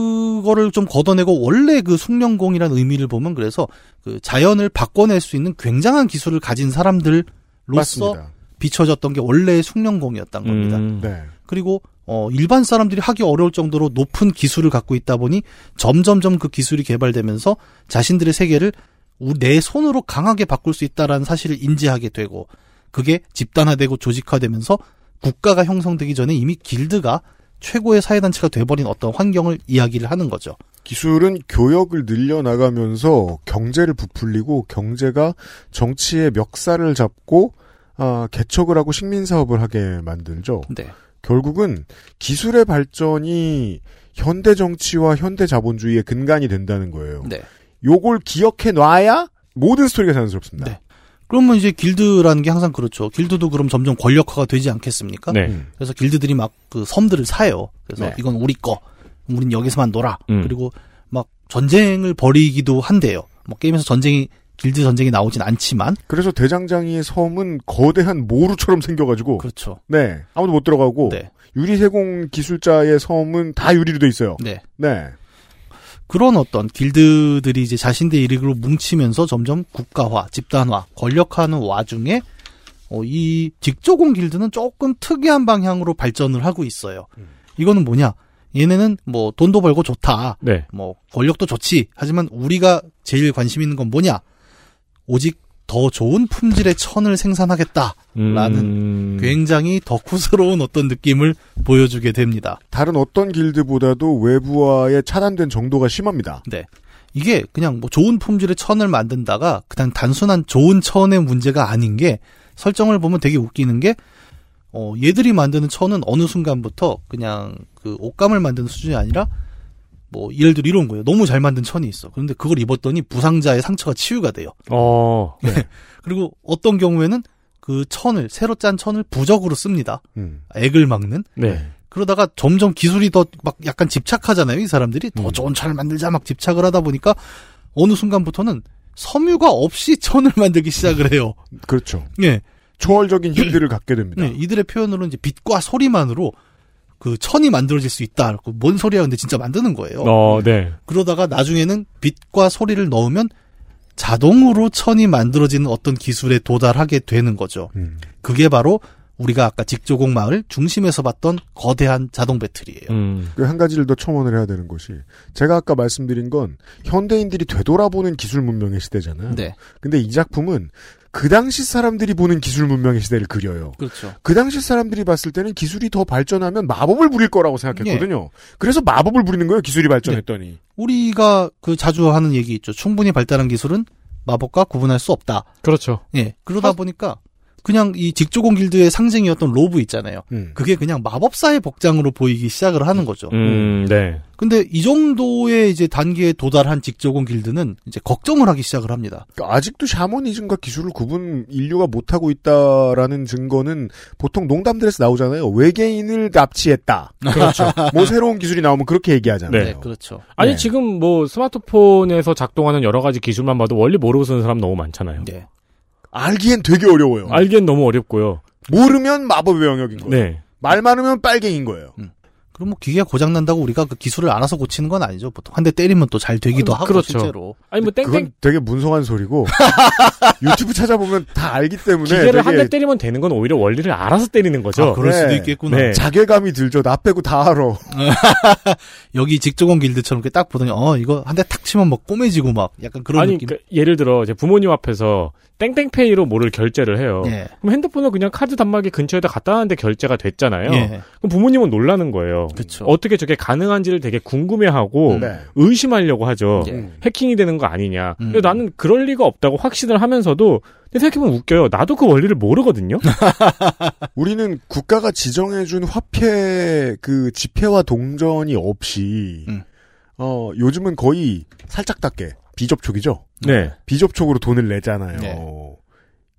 그거를 좀 걷어내고 원래 그 숙련공이라는 의미를 보면 그래서 그 자연을 바꿔낼 수 있는 굉장한 기술을 가진 사람들로서
맞습니다.
비춰졌던 게 원래의 숙련공이었던 겁니다.
음.
네.
그리고 어 일반 사람들이 하기 어려울 정도로 높은 기술을 갖고 있다 보니 점점점 그 기술이 개발되면서 자신들의 세계를 우- 내 손으로 강하게 바꿀 수 있다라는 사실을 인지하게 되고 그게 집단화되고 조직화되면서 국가가 형성되기 전에 이미 길드가 최고의 사회단체가 돼버린 어떤 환경을 이야기를 하는 거죠.
기술은 교역을 늘려나가면서 경제를 부풀리고 경제가 정치의 멱살을 잡고 아, 개척을 하고 식민 사업을 하게 만들죠.
네.
결국은 기술의 발전이 현대 정치와 현대 자본주의의 근간이 된다는 거예요.
네.
요걸 기억해 놔야 모든 스토리가 자연스럽습니다.
네. 그러면 이제 길드라는 게 항상 그렇죠. 길드도 그럼 점점 권력화가 되지 않겠습니까?
네.
음.
그래서 길드들이 막 그 섬들을 사요. 그래서
네.
이건 우리 거. 우린 여기서만 놀아.
음.
그리고 막 전쟁을 벌이기도 한대요. 뭐 게임에서 전쟁이 길드 전쟁이 나오진 않지만
그래서 대장장이의 섬은 거대한 모루처럼 생겨가지고
그렇죠.
네 아무도 못 들어가고
네.
유리세공 기술자의 섬은 다 유리로 돼 있어요.
네.
네.
그런 어떤 길드들이 이제 자신들의 이익으로 뭉치면서 점점 국가화, 집단화, 권력화하는 와중에 어, 이 직조공 길드는 조금 특이한 방향으로 발전을 하고 있어요. 이거는 뭐냐? 얘네는 뭐 돈도 벌고 좋다.
네.
뭐 권력도 좋지. 하지만 우리가 제일 관심 있는 건 뭐냐? 오직 더 좋은 품질의 천을 생산하겠다.
음.
라는 음. 굉장히 덕후스러운 어떤 느낌을 보여주게 됩니다.
다른 어떤 길드보다도 외부와의 차단된 정도가 심합니다.
네. 이게 그냥 뭐 좋은 품질의 천을 만든다가 그냥 단순한 좋은 천의 문제가 아닌 게 설정을 보면 되게 웃기는 게 어, 얘들이 만드는 천은 어느 순간부터 그냥 그 옷감을 만드는 수준이 아니라 뭐 예를 들어 이런 거예요. 너무 잘 만든 천이 있어. 그런데 그걸 입었더니 부상자의 상처가 치유가 돼요.
어.
네. 그리고 어떤 경우에는 그 천을 새로 짠 천을 부적으로 씁니다.
음.
액을 막는
네.
그러다가 점점 기술이 더 막 약간 집착하잖아요. 이 사람들이
음.
더 좋은 차를 만들자 막 집착을 하다 보니까 어느 순간부터는 섬유가 없이 천을 만들기 시작을 해요.
그렇죠.
예.
초월적인 힘들을 갖게 됩니다.
네, 이들의 표현으로 이제 빛과 소리만으로 그 천이 만들어질 수 있다. 그뭔 소리야? 근데 진짜 만드는 거예요.
어, 네.
그러다가 나중에는 빛과 소리를 넣으면 자동으로 천이 만들어지는 어떤 기술에 도달하게 되는 거죠.
음.
그게 바로 우리가 아까 직조공 마을 중심에서 봤던 거대한 자동 배틀이에요.
음.
그 한 가지를 더 첨언을 해야 되는 것이 제가 아까 말씀드린 건 현대인들이 되돌아보는 기술 문명의 시대잖아요.
네.
근데 이 작품은 그 당시 사람들이 보는 기술 문명의 시대를 그려요.
그렇죠.
그 당시 사람들이 봤을 때는 기술이 더 발전하면 마법을 부릴 거라고 생각했거든요.
네.
그래서 마법을 부리는 거예요. 기술이 발전했더니.
네.
우리가 그 자주 하는 얘기 있죠. 충분히 발달한 기술은 마법과 구분할 수 없다.
그렇죠.
예. 그러다 보니까 그냥 이 직조공 길드의 상징이었던 로브 있잖아요.
음.
그게 그냥 마법사의 복장으로 보이기 시작을 하는 거죠.
음, 네.
근데 이 정도의 이제 단계에 도달한 직조공 길드는 이제 걱정을 하기 시작을 합니다.
그러니까 아직도 샤머니즘과 기술을 구분 인류가 못하고 있다라는 증거는 보통 농담들에서 나오잖아요. 외계인을 납치했다. 그렇죠. 뭐 새로운 기술이 나오면 그렇게 얘기하잖아요.
네,
그렇죠.
아니
네.
지금 뭐 스마트폰에서 작동하는 여러 가지 기술만 봐도 원리 모르고 쓰는 사람 너무 많잖아요.
네.
알기엔 되게 어려워요.
알기엔 너무 어렵고요.
모르면 마법의 영역인
어.
거예요.
네. 음.
말 많으면 빨갱인 거예요.
그럼 뭐 기계가 고장 난다고 우리가 그 기술을 알아서 고치는 건 아니죠. 보통 한 대 때리면 또 잘 되기도 하고
그렇죠.
실제로.
아니 뭐 땡땡
그건 되게 문성한 소리고 유튜브 찾아보면 다 알기 때문에
기계를 한 대
되게
때리면 되는 건 오히려 원리를 알아서 때리는 거죠.
네, 아, 그럴 수도
네.
있겠구나.
그렇죠. 네.
자괴감이 들죠. 나 빼고 다
음.
알아.
여기 직조공 길드처럼 이렇게 딱 보더니 어 이거 한 대 탁 치면 막 꼬매지고 막 약간 그런
아니
느낌.
그러니까 예를 들어 이제 부모님 앞에서 땡땡페이로 뭐를 결제를 해요.
예.
그럼 핸드폰을 그냥 카드 단말기 근처에다 갖다 놨는데 결제가 됐잖아요.
예.
그럼 부모님은 놀라는 거예요.
그쵸.
어떻게 저게 가능한지를 되게 궁금해하고
네. 음.
의심하려고 하죠.
예.
해킹이 되는 거 아니냐.
음.
근데 나는 그럴 리가 없다고 확신을 하면서도 근데 생각해보면 웃겨요. 나도 그 원리를 모르거든요.
우리는 국가가 지정해준 화폐 그 지폐와 동전이 없이
음.
어 요즘은 거의 살짝 닦게 비접촉이죠.
네.
비접촉으로 돈을 내잖아요.
네.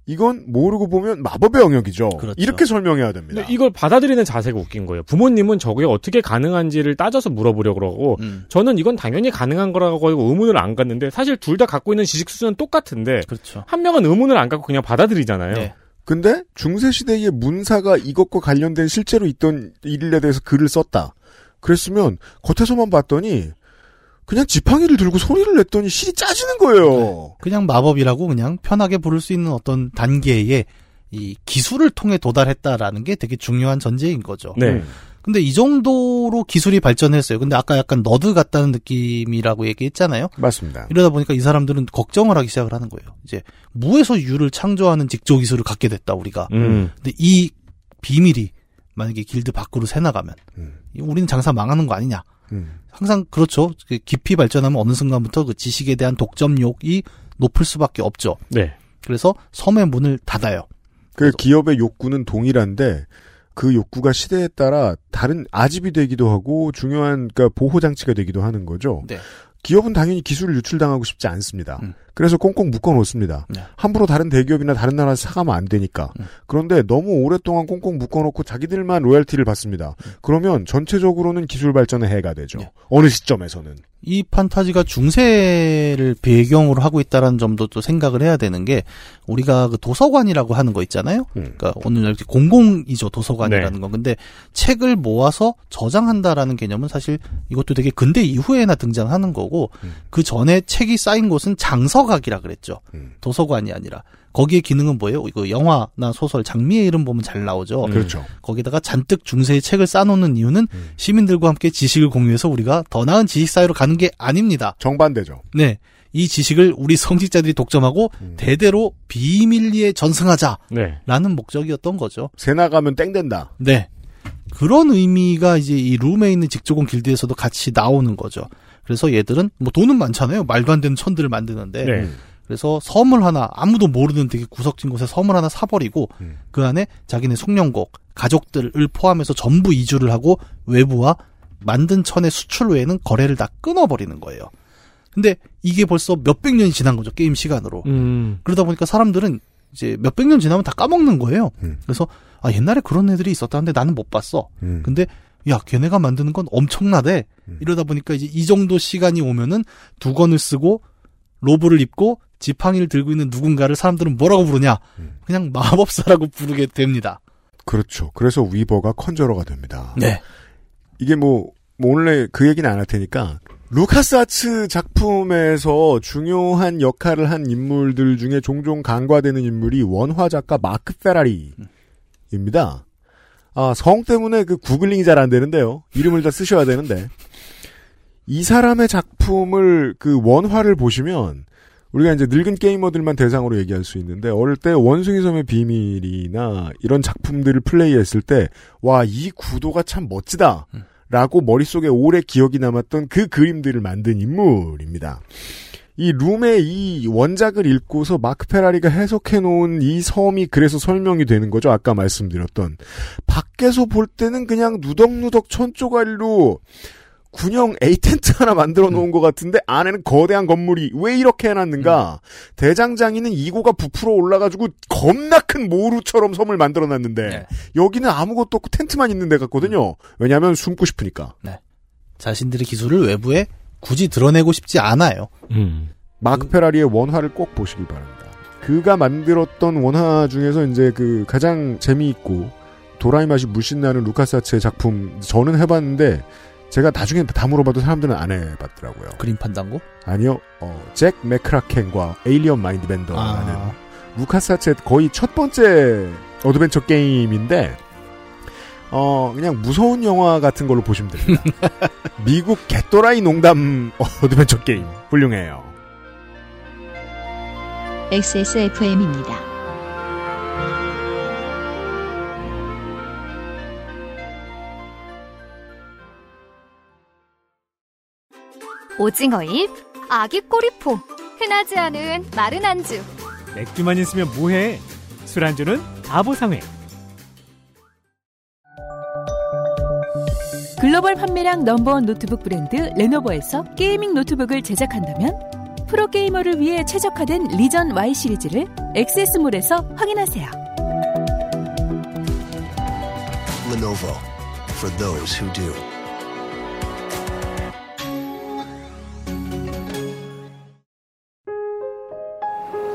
이건 모르고 보면 마법의 영역이죠.
그렇죠. 네,
이렇게 설명해야 됩니다.
근데 이걸 받아들이는 자세가 웃긴 거예요. 부모님은 저게 어떻게 가능한지를 따져서 물어보려고 그러고
음.
저는 이건 당연히 가능한 거라고 하고 의문을 안 갖는데 사실 둘 다 갖고 있는 지식 수준은 똑같은데
그렇죠.
한 명은 의문을 안 갖고 네. 그냥 받아들이잖아요.
네.
근데 중세 시대의 문사가 이것과 관련된 실제로 있던 일에 대해서 글을 썼다. 그랬으면 겉에서만 봤더니 그냥 지팡이를 들고 소리를 냈더니 실이 짜지는 거예요.
그냥 마법이라고 그냥 편하게 부를 수 있는 어떤 단계에 이 기술을 통해 도달했다라는 게 되게 중요한 전제인 거죠.
네.
음.
근데 이 정도로 기술이 발전했어요. 근데 아까 약간 너드 같다는 느낌이라고 얘기했잖아요.
맞습니다.
이러다 보니까 이 사람들은 걱정을 하기 시작을 하는 거예요. 이제 무에서 유를 창조하는 직조 기술을 갖게 됐다 우리가.
음.
근데 이 비밀이 만약에 길드 밖으로 새나가면
음.
이- 우리는 장사 망하는 거 아니냐.
음.
항상 그렇죠. 그 깊이 발전하면 어느 순간부터 그 지식에 대한 독점욕이 높을 수밖에 없죠.
네.
그래서 섬의 문을 닫아요.
그 기업의 욕구는 동일한데 그 욕구가 시대에 따라 다른 아집이 되기도 하고 중요한 그러니까 보호 장치가 되기도 하는 거죠.
네.
기업은 당연히 기술을 유출당하고 싶지 않습니다.
음.
그래서 꽁꽁 묶어 놓습니다.
네.
함부로 다른 대기업이나 다른 나라에서 사가면 안 되니까.
음.
그런데 너무 오랫동안 꽁꽁 묶어 놓고 자기들만 로열티를 받습니다. 그러면 전체적으로는 기술 발전에 해가 되죠.
음. 네.
어느 시점에서는.
이 판타지가 중세를 배경으로 하고 있다라는 점도 또 생각을 해야 되는 게 우리가 그 도서관이라고 하는 거 있잖아요.
음. 네.
그러니까 오늘 이렇게 공공이죠 도서관이라는 건. 근데 책을 모아서 저장한다라는 개념은 사실 이것도 되게 근대 이후에나 등장하는 거고
음.
그 전에 책이 쌓인 곳은 장서각이라 그랬죠.
음.
도서관이 아니라 거기에 기능은 뭐예요? 이거 영화나 소설 장미의 이름 보면 잘 나오죠.
음.
그렇죠.
거기다가 잔뜩 중세의 책을 쌓아놓는 이유는
음.
시민들과 함께 지식을 공유해서 우리가 더 나은 지식 사회로 가는 게 아닙니다.
정반대죠.
네. 이 지식을 우리 성직자들이 독점하고
음.
대대로 비밀리에 전승하자라는
네.
목적이었던 거죠.
새 나가면 땡된다.
네. 그런 의미가 이제 이 룸에 있는 직조공 길드에서도 같이 나오는 거죠. 그래서 얘들은 뭐 돈은 많잖아요. 말도 안 되는 천들을 만드는데.
네.
음.
그래서 섬을 하나 아무도 모르는 되게 구석진 곳에 섬을 하나 사버리고
음.
그 안에 자기네 숙련곡 가족들을 포함해서 전부 이주를 하고 외부와 만든 천의 수출 외에는 거래를 다 끊어버리는 거예요. 근데 이게 벌써 몇백 년이 지난 거죠 게임 시간으로.
음.
그러다 보니까 사람들은 이제 몇백 년 지나면 다 까먹는 거예요.
음.
그래서 아 옛날에 그런 애들이 있었다는데 나는 못 봤어.
음.
근데 야 걔네가 만드는 건 엄청나대
음.
이러다 보니까 이제 이 정도 시간이 오면은 두건을 쓰고 로브를 입고 지팡이를 들고 있는 누군가를 사람들은 뭐라고 부르냐
음.
그냥 마법사라고 부르게 됩니다
그렇죠. 그래서 위버가 컨저러가 됩니다.
네
이게 뭐, 뭐 원래 그 얘기는 안 할 테니까 루카스 아츠 작품에서 중요한 역할을 한 인물들 중에 종종 간과되는 인물이 원화 작가 마크 페라리입니다. 아, 성 때문에 그 구글링이 잘 안 되는데요. 이름을 다 쓰셔야 되는데. 이 사람의 작품을 그 원화를 보시면 우리가 이제 늙은 게이머들만 대상으로 얘기할 수 있는데 어릴 때 원숭이 섬의 비밀이나 이런 작품들을 플레이했을 때 와 이 구도가 참 멋지다 라고 머릿속에 오래 기억이 남았던 그 그림들을 만든 인물입니다. 이 룸의 이 원작을 읽고서 마크 페라리가 해석해 놓은 이 섬이 그래서 설명이 되는 거죠. 아까 말씀드렸던 밖에서 볼 때는 그냥 누덕누덕 천조가리로 군용 A 텐트 하나 만들어 놓은 것 같은데 안에는 거대한 건물이 왜 이렇게 해놨는가?
음.
대장장이는 이고가 부풀어 올라가지고 겁나 큰 모루처럼 섬을 만들어 놨는데
네. 음.
여기는 아무것도 없고 텐트만 있는 데 같거든요. 왜냐하면 숨고 싶으니까.
자신들의 기술을 외부에 굳이 드러내고 싶지 않아요
음.
마크 페라리의 원화를 꼭 보시길 바랍니다. 그가 만들었던 원화 중에서 이제 그 가장 재미있고 도라이 맛이 물씬 나는 루카사츠의 작품 저는 해봤는데 제가 나중에 다 물어봐도 사람들은 안 해봤더라고요.
그림 판단고
아니요, 어, 잭 맥크라켄과 에일리언 마인드밴더라는
아,
루카사츠 거의 첫 번째 어드벤처 게임인데 어 그냥 무서운 영화 같은 걸로 보시면 됩니다. 미국 개또라이 농담 어드벤처 게임 훌륭해요.
XSFM입니다.
오징어 잎, 아기 꼬리포, 흔하지 않은 마른 안주.
맥주만 있으면 뭐해? 술안주는 아보상회.
글로벌 판매량 넘버원 노트북 브랜드 레노버에서 게이밍 노트북을 제작한다면 프로게이머를 위해 최적화된 리전 Y 시리즈를 액세스몰에서 확인하세요.
Lenovo for those who do.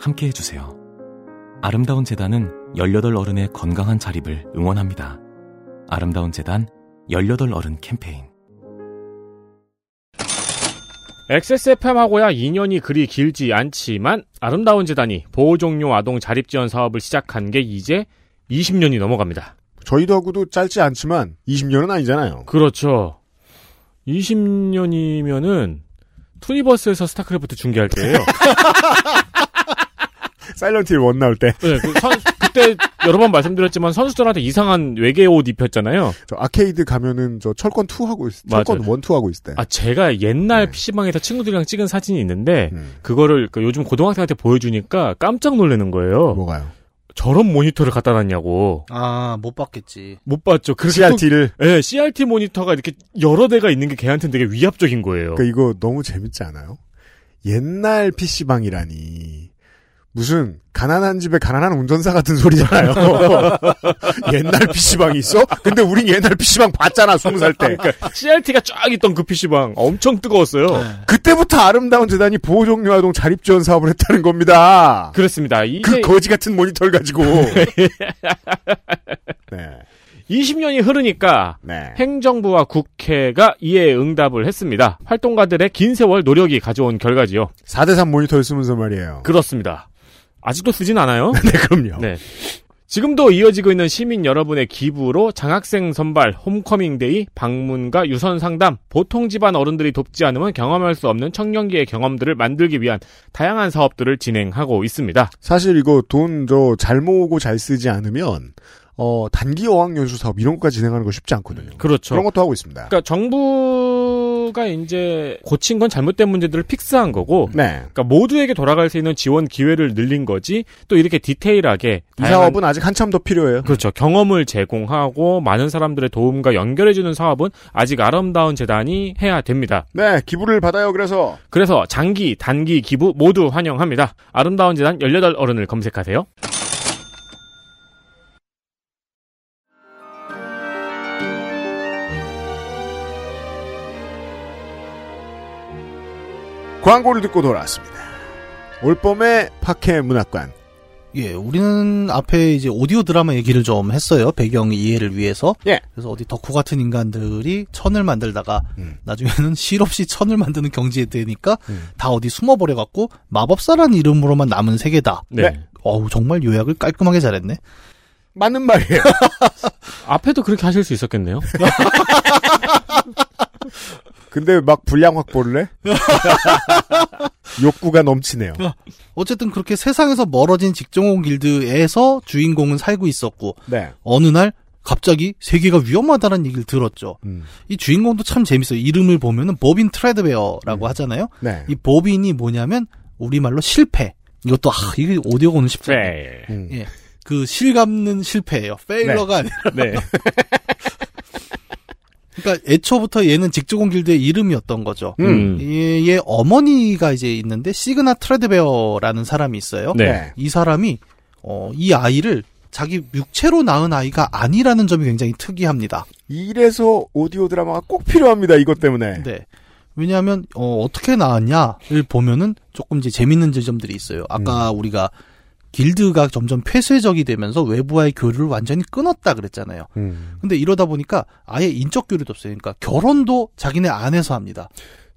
함께 해주세요. 아름다운 재단은 18 어른의 건강한 자립을 응원합니다. 아름다운 재단 18 어른 캠페인.
XSFM하고야 인연이 그리 길지 않지만 아름다운 재단이 보호종료 아동 자립지원 사업을 시작한 게 이제 20년이 넘어갑니다.
저희도 하고도 짧지 않지만 20년은 아니잖아요.
그렇죠. 20년이면은 투니버스에서 스타크래프트 중계할 때예요.
사일런트 원 나올 때.
네, 그 선- 그때 여러 번 말씀드렸지만 선수들한테 이상한 외계 옷 입혔잖아요.
저 아케이드 가면은 저 철권 2 하고 있을
맞아요.
철권 1, 2 하고 있을 때.
아, 제가 옛날 PC방에서 친구들이랑 찍은 사진이 있는데,
음.
그거를 그 요즘 고등학생한테 보여주니까 깜짝 놀라는 거예요.
뭐가요?
저런 모니터를 갖다 놨냐고.
아, 못 봤겠지.
못 봤죠. 그래서
CRT를?
또- 예, CRT 모니터가 이렇게 여러 대가 있는 게 걔한테는 되게 위압적인 거예요.
그러니까 이거 너무 재밌지 않아요? 옛날 PC방이라니. 무슨 가난한 집에 가난한 운전사 같은 소리잖아요. 옛날 PC방이 있어? 근데 우린 옛날 PC방 봤잖아, 스무 살 때.
CRT가 쫙 있던 그 PC방 엄청 뜨거웠어요.
네. 그때부터 아름다운 재단이 보호종료아동 자립지원 사업을 했다는 겁니다.
그렇습니다.
그 거지 같은 모니터를 가지고. 네.
20년이 흐르니까
네.
행정부와 국회가 이에 응답을 했습니다. 활동가들의 긴 세월 노력이 가져온 결과지요.
4대3 모니터를 쓰면서 말이에요.
그렇습니다. 아직도 쓰진 않아요.
네, 그럼요.
네. 지금도 이어지고 있는 시민 여러분의 기부로 장학생 선발, 홈커밍데이, 방문가, 유선 상담, 보통 집안 어른들이 돕지 않으면 경험할 수 없는 청년기의 경험들을 만들기 위한 다양한 사업들을 진행하고 있습니다.
사실 이거 돈 저 잘 모으고 잘 쓰지 않으면 어 단기 어학연수 사업 이런 것까지 진행하는 거 쉽지 않거든요.
그렇죠.
그런 것도 하고 있습니다.
그러니까 정부가 이제 고친 건 잘못된 문제들을 픽스한 거고,
네.
그러니까 모두에게 돌아갈 수 있는 지원 기회를 늘린 거지, 또 이렇게 디테일하게
이
다양한-
사업은 아직 한참 더 필요해요.
그렇죠. 경험을 제공하고 많은 사람들의 도움과 연결해주는 사업은 아직 아름다운 재단이 해야 됩니다.
네, 기부를 받아요. 그래서
그래서 장기, 단기 기부 모두 환영합니다. 아름다운 재단 18어른을 검색하세요.
광고를 듣고 돌아왔습니다. 올봄의 파케 문학관.
예, 우리는 앞에 이제 오디오 드라마 얘기를 좀 했어요. 배경 이해를 위해서.
예.
그래서 어디 덕후 같은 인간들이 천을 만들다가 나중에는 실없이 천을 만드는 경지에 되니까 다 어디 숨어버려 갖고 마법사라는 이름으로만 남은 세계다.
네.
어우 정말 요약을 깔끔하게 잘했네.
맞는 말이에요.
앞에도 그렇게 하실 수 있었겠네요.
근데 막 분량 확보를 해? 욕구가 넘치네요.
어쨌든 그렇게 세상에서 멀어진 직종원 길드에서 주인공은 살고 있었고
네.
어느 날 갑자기 세계가 위험하다는 얘기를 들었죠.
음.
이 주인공도 참 재밌어요. 이름을 보면은 보빈 트레드베어라고 하잖아요.
네.
이 보빈이 뭐냐면 우리말로 실패. 이것도 아 이게 오디오가 오늘 쉽지 않네.
음.
예. 그 실감는 실패예요. 페일러가
네.
아니라.
네.
그러니까 애초부터 얘는 직조공 길드의 이름이었던 거죠.
음.
얘, 얘 어머니가 이제 있는데 시그나 트레드베어라는 사람이 있어요.
네.
이 사람이 어, 이 아이를 자기 육체로 낳은 아이가 아니라는 점이 굉장히 특이합니다.
이래서 오디오 드라마가 꼭 필요합니다. 이것 때문에.
네. 왜냐하면 어, 떻게 나왔냐를 보면은 조금 이제 재밌는 지점들이 있어요. 아까 우리가 길드가 점점 폐쇄적이 되면서 외부와의 교류를 완전히 끊었다 그랬잖아요.
음.
근데 이러다 보니까 아예 인적 교류도 없어요. 그러니까 결혼도 자기네 안에서 합니다.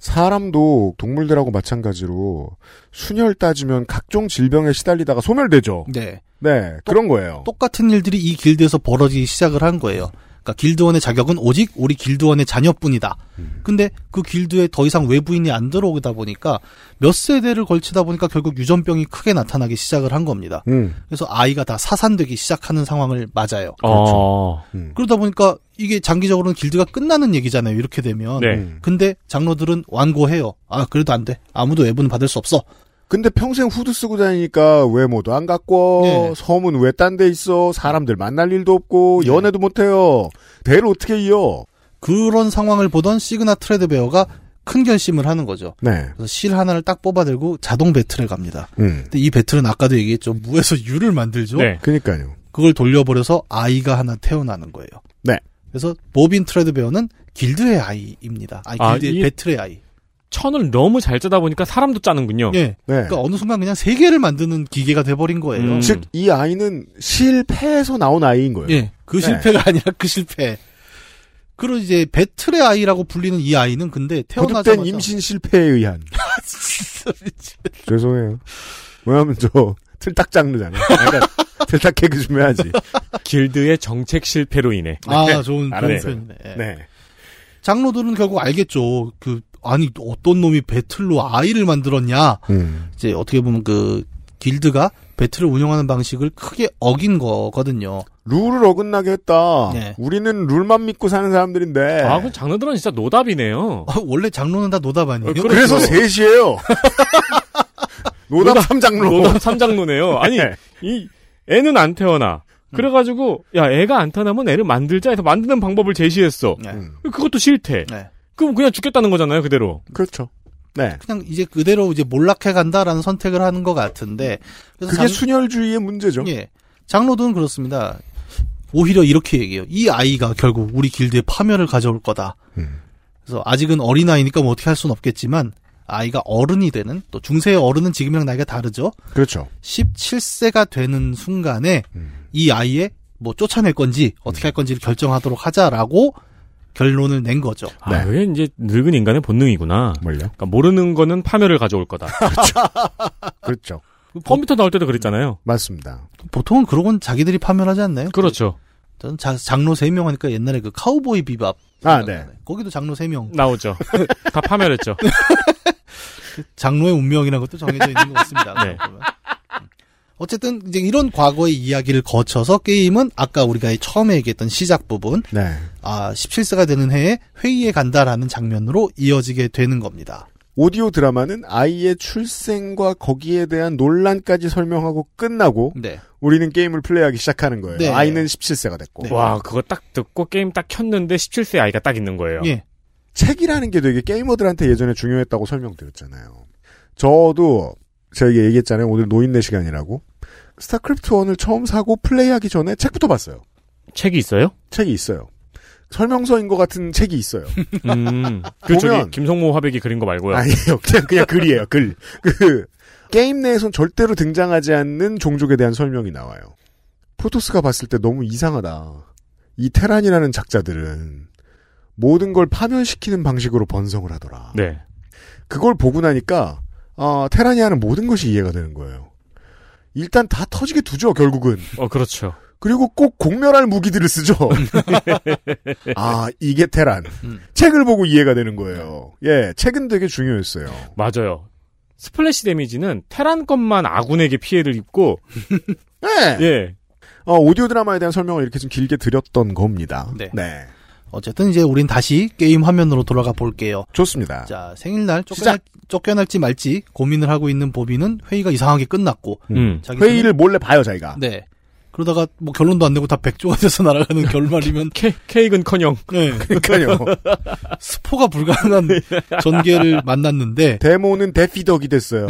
사람도 동물들하고 마찬가지로 순혈 따지면 각종 질병에 시달리다가 소멸되죠.
네.
네, 그런 거예요.
똑같은 일들이 이 길드에서 벌어지기 시작을 한 거예요. 그러니까 길드원의 자격은 오직 우리 길드원의 자녀뿐이다. 근데 그 길드에 더 이상 외부인이 안 들어오다 보니까 몇 세대를 걸치다 보니까 결국 유전병이 크게 나타나기 시작을 한 겁니다.
음.
그래서 아이가 다 사산되기 시작하는 상황을 맞아요. 그렇죠.
어.
음.
그러다 보니까 이게 장기적으로는 길드가 끝나는 얘기잖아요. 이렇게
음.
되면.
네.
근데 장로들은 완고해요. 아, 그래도 안 돼. 아무도 외부는 받을 수 없어.
근데 평생 후드 쓰고 다니니까 외모도 안 갖고
네.
섬은 왜 딴 데 있어 사람들 만날 일도 없고 연애도 못해요 대를 어떻게 이어
그런 상황을 보던 시그나 트레드베어가 큰 결심을 하는 거죠.
네.
그래서 실 하나를 딱 뽑아들고 자동 배틀에 갑니다.
음.
근데 이 배틀은 아까도 얘기했죠. 무에서 유를 만들죠.
네.
그니까요.
그걸 돌려버려서 아이가 하나 태어나는 거예요.
네.
그래서 보빈 트레드베어는 길드의 아이입니다. 아니,
아,
길드의
이-
배틀의 아이.
천을 너무 잘 짜다 보니까 사람도 짜는군요.
네.
예. 그러니까 어느 순간 그냥 세 개를 만드는 기계가 돼버린 거예요.
음.
즉 이 아이는 실패에서 나온 아이인 거예요.
예.
네.
그 실패가 아니라 그 실패. 그리고 이제 배틀의 아이라고 불리는 이 아이는 근데 태어나자마자
거듭된 임신 실패에 의한. 죄송해요. 왜냐하면 저 틀딱 장르잖아요. 그러니까 틀딱 개그 좀 해야지.
길드의 정책 실패로 인해.
아, 좋은
알았어요.
표현이네. 예.
네.
장로들은 결국 알겠죠. 그 아니 어떤 놈이 배틀로 아이를 만들었냐.
음.
이제 어떻게 보면 그 길드가 배틀을 운영하는 방식을 크게 어긴 거거든요.
룰을 어긋나게 했다.
네.
우리는 룰만 믿고 사는 사람들인데.
아, 그 장르들은 진짜 노답이네요.
아, 원래 장로는 다 노답 아니에요?
어,
그래서 셋이에요. 노답
노답-
삼장로
노답 삼장로네요. 음. 아니, 이 애는 안 태어나. 그래가지고 야 애가 안 태어나면 애를 만들자 해서 만드는 방법을 제시했어.
네.
음,
그것도 싫대.
네.
그럼 그냥 죽겠다는 거잖아요 그대로.
그렇죠. 네.
그냥 이제 그대로 이제 몰락해 간다라는 선택을 하는 것 같은데. 그래서
그게
장-
순혈주의의 문제죠.
예. 장로들은 그렇습니다. 오히려 이렇게 얘기해요. 이 아이가 결국 우리 길드에 파멸을 가져올 거다.
음.
그래서 아직은 어린아이니까 뭐 어떻게 할 수는 없겠지만 아이가 어른이 되는 또 중세의 어른은 지금이랑 나이가 다르죠.
그렇죠.
17세가 되는 순간에
음.
이 아이의 뭐 쫓아낼 건지 어떻게 할 건지를 결정하도록 하자라고 결론을 낸 거죠.
아 그게 이제 늙은 인간의 본능이구나.
뭘요?
그러니까 모르는 거는 파멸을 가져올 거다.
그렇죠.
컴퓨터 나올 때도 그랬잖아요.
맞습니다.
보통은 그러곤 자기들이 파멸하지 않나요?
그렇죠.
저는 자- 장로 3명 하니까 옛날에 그 카우보이 비밥
아, 네.
거기도 장로 3명
나오죠. 네. 다 파멸했죠.
장로의 운명이라는 것도 정해져 있는 것 같습니다.
네.
보면. 음. 어쨌든 이제 이런 과거의 이야기를 거쳐서 게임은 아까 우리가 처음에 얘기했던 시작 부분,
네.
아 17세가 되는 해에 회의에 간다라는 장면으로 이어지게 되는 겁니다.
오디오 드라마는 아이의 출생과 거기에 대한 논란까지 설명하고 끝나고
네,
우리는 게임을 플레이하기 시작하는 거예요.
네.
아이는 17세가 됐고.
네.
와 그거 딱 듣고 게임 딱 켰는데 17세 아이가 딱 있는 거예요.
예,
책이라는 게 되게 게이머들한테 예전에 중요했다고 설명드렸잖아요. 저도 저에게 얘기했잖아요. 오늘 노인네 시간이라고. 스타크래프트 1을 처음 사고 플레이하기 전에 책부터 봤어요.
책이 있어요?
책이 있어요. 설명서인 것 같은 책이 있어요.
음. 그
보면-
저기 김성모 화백이 그린 거 말고요.
아니에요. 그냥, 그냥 글이에요. 글. 그 게임 내에선 절대로 등장하지 않는 종족에 대한 설명이 나와요. 프로토스가 봤을 때 너무 이상하다. 이 테란이라는 작자들은 모든 걸 파멸시키는 방식으로 번성을 하더라.
네.
그걸 보고 나니까 아, 테란이 하는 모든 것이 이해가 되는 거예요. 일단 다 터지게 두죠 결국은.
어 그렇죠.
그리고 꼭 공멸할 무기들을 쓰죠. 아 이게 테란.
음.
책을 보고 이해가 되는 거예요. 예, 책은 되게 중요했어요.
맞아요. 스플래시 데미지는 테란 것만 아군에게 피해를 입고
네.
예.
어, 오디오 드라마에 대한 설명을 이렇게 좀 길게 드렸던 겁니다.
네. 어쨌든 이제 우린 다시 게임 화면으로 돌아가 볼게요.
좋습니다.
자, 생일날 쫓겨날, 쫓겨날지 말지 고민을 하고 있는 보비는 회의가 이상하게 끝났고
음.
자기
회의를 몰래 봐요 자기가.
생일- 네. 그러다가 뭐 결론도 안 내고 다 백조가 돼서 날아가는 결말이면
케, 케이크는커녕
네.
그러니까요.
스포가 불가능한 전개를 만났는데
데모는 데피덕이 됐어요.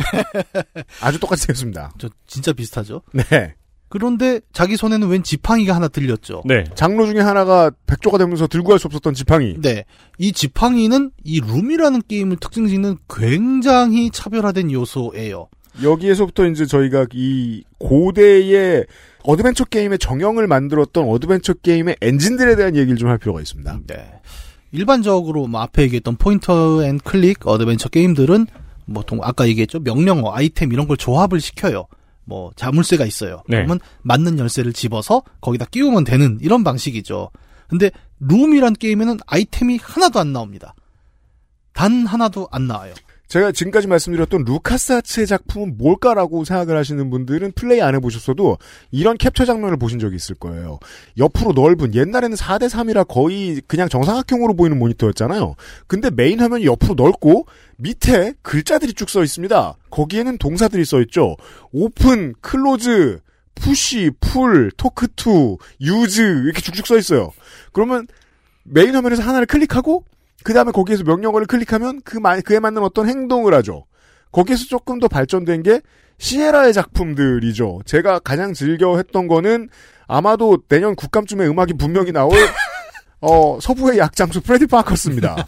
아주 똑같이 생겼습니다.
저 진짜 비슷하죠.
네.
그런데 자기 손에는 웬 지팡이가 하나 들렸죠.
네.
장로 중에 하나가 백조가 되면서 들고 갈 수 없었던 지팡이.
네. 이 지팡이는 이 룸이라는 게임을 특징 짓는 굉장히 차별화된 요소예요.
여기에서부터 이제 저희가 이 고대의 어드벤처 게임의 정형을 만들었던 어드벤처 게임의 엔진들에 대한 얘기를 좀 할 필요가 있습니다.
네. 일반적으로 뭐 앞에 얘기했던 포인터 앤 클릭 어드벤처 게임들은 보통 아까 얘기했죠. 명령어, 아이템 이런 걸 조합을 시켜요. 뭐 자물쇠가 있어요.
네.
그러면 맞는 열쇠를 집어서 거기다 끼우면 되는 이런 방식이죠. 근데 룸이란 게임에는 아이템이 하나도 안 나옵니다. 단 하나도 안 나와요.
제가 지금까지 말씀드렸던 루카스 하츠의 작품은 뭘까라고 생각을 하시는 분들은 플레이 안 해보셨어도 이런 캡처 장면을 보신 적이 있을 거예요. 옆으로 넓은 옛날에는 4대3이라 거의 그냥 정사각형으로 보이는 모니터였잖아요. 근데 메인 화면이 옆으로 넓고 밑에 글자들이 쭉 써 있습니다. 거기에는 동사들이 써 있죠. 오픈, 클로즈, 푸시, 풀, 토크 투, 유즈 이렇게 쭉쭉 써 있어요. 그러면 메인 화면에서 하나를 클릭하고 그 다음에 거기에서 명령어를 클릭하면 그 마- 그에 맞는 어떤 행동을 하죠. 거기에서 조금 더 발전된 게 시에라의 작품들이죠. 제가 가장 즐겨 했던 거는 아마도 내년 국감쯤에 음악이 분명히 나올 어, 서부의 약장수 프레디 파커스입니다.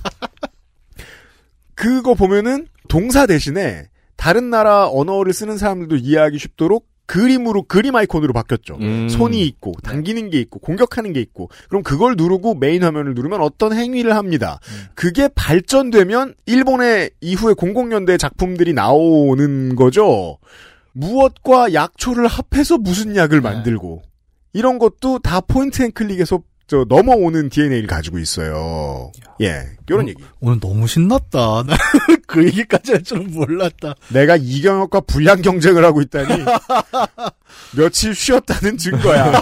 그거 보면은 동사 대신에 다른 나라 언어를 쓰는 사람들도 이해하기 쉽도록 그림으로 그림 아이콘으로 바뀌었죠.
음.
손이 있고 당기는 게 있고 공격하는 게 있고 그럼 그걸 누르고 메인 화면을 누르면 어떤 행위를 합니다. 그게 발전되면 일본의 이후에 00년대 작품들이 나오는 거죠. 무엇과 약초를 합해서 무슨 약을 만들고 이런 것도 다 포인트 앤 클릭에서 저 넘어오는 DNA를 가지고 있어요. 예, 이런 얘기.
오늘 너무 신났다. 나 그 얘기까지 할 줄은 몰랐다.
내가 이경혁과 불량 경쟁을 하고 있다니 며칠 쉬었다는 증거야.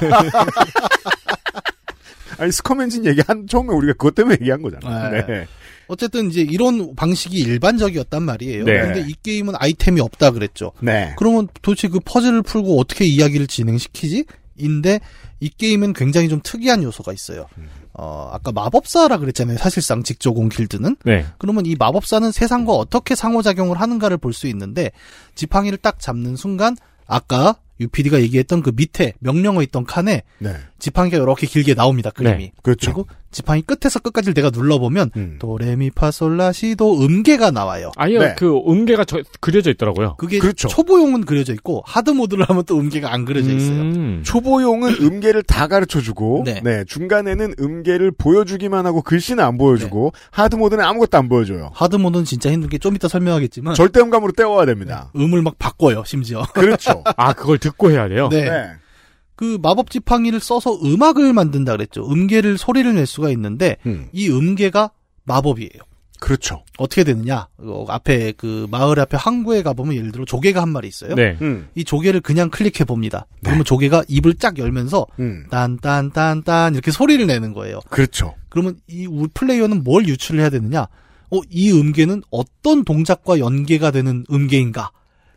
아니 스커맨진 얘기 한 처음에 우리가 그것 때문에 얘기한 거잖아.
네.
네.
어쨌든 이제 이런 방식이 일반적이었단 말이에요.
네.
근데 이 게임은 아이템이 없다 그랬죠.
네.
그러면 도대체 그 퍼즐을 풀고 어떻게 이야기를 진행시키지? 인데 이 게임은 굉장히 좀 특이한 요소가 있어요.
음.
어, 아까 마법사라 그랬잖아요. 사실상 직조공 길드는.
네.
그러면 이 마법사는 세상과 어떻게 상호작용을 하는가를 볼 수 있는데 지팡이를 딱 잡는 순간 아까 UPD가 얘기했던 그 밑에 명령어 있던 칸에
네.
지팡이가 이렇게 길게 나옵니다. 그림이.
네, 그렇죠. 음.
리고 지팡이 끝에서 끝까지 내가 눌러보면 도레미파솔라시도 음계가 나와요.
아예 그 음계가 저- 그려져 있더라고요.
그게
그렇죠.
초보용은 그려져 있고 하드 모드를 하면 또 음계가 안 그려져 있어요.
초보용은 네. 음계를 다 가르쳐 주고
그 네.
네. 중간에는 음계를 보여주기만 하고 글씨는 안 보여주고
네.
하드 모드는 아무것도 안 보여줘요.
하드 모드는 진짜 힘든 게 좀 이따 설명하겠지만
절대 음감으로 때워야 됩니다.
음을 막 바꿔요, 심지어.
그렇죠.
아, 그걸 듣고 해야
어,
돼요?
네. 그 마법 지팡이를 써서 음악을 만든다 그랬죠. 음계를 소리를 낼 수가 있는데 이 음계가 마법이에요.
그렇죠.
어떻게 되느냐? 어, 앞에 그 마을 앞에 항구에 가보면 예를 들어 조개가 한 마리 있어요.
네.
음.
이 조개를 그냥 클릭해 봅니다.
네.
그러면 조개가 입을 쫙 열면서 딴딴딴딴 이렇게 소리를 내는 거예요.
음. 그렇죠.
그러면 이 우리 플레이어는 뭘 유출을 해야 되느냐? 어, 이 음계는 어떤 동작과 연계가 되는 음계인가?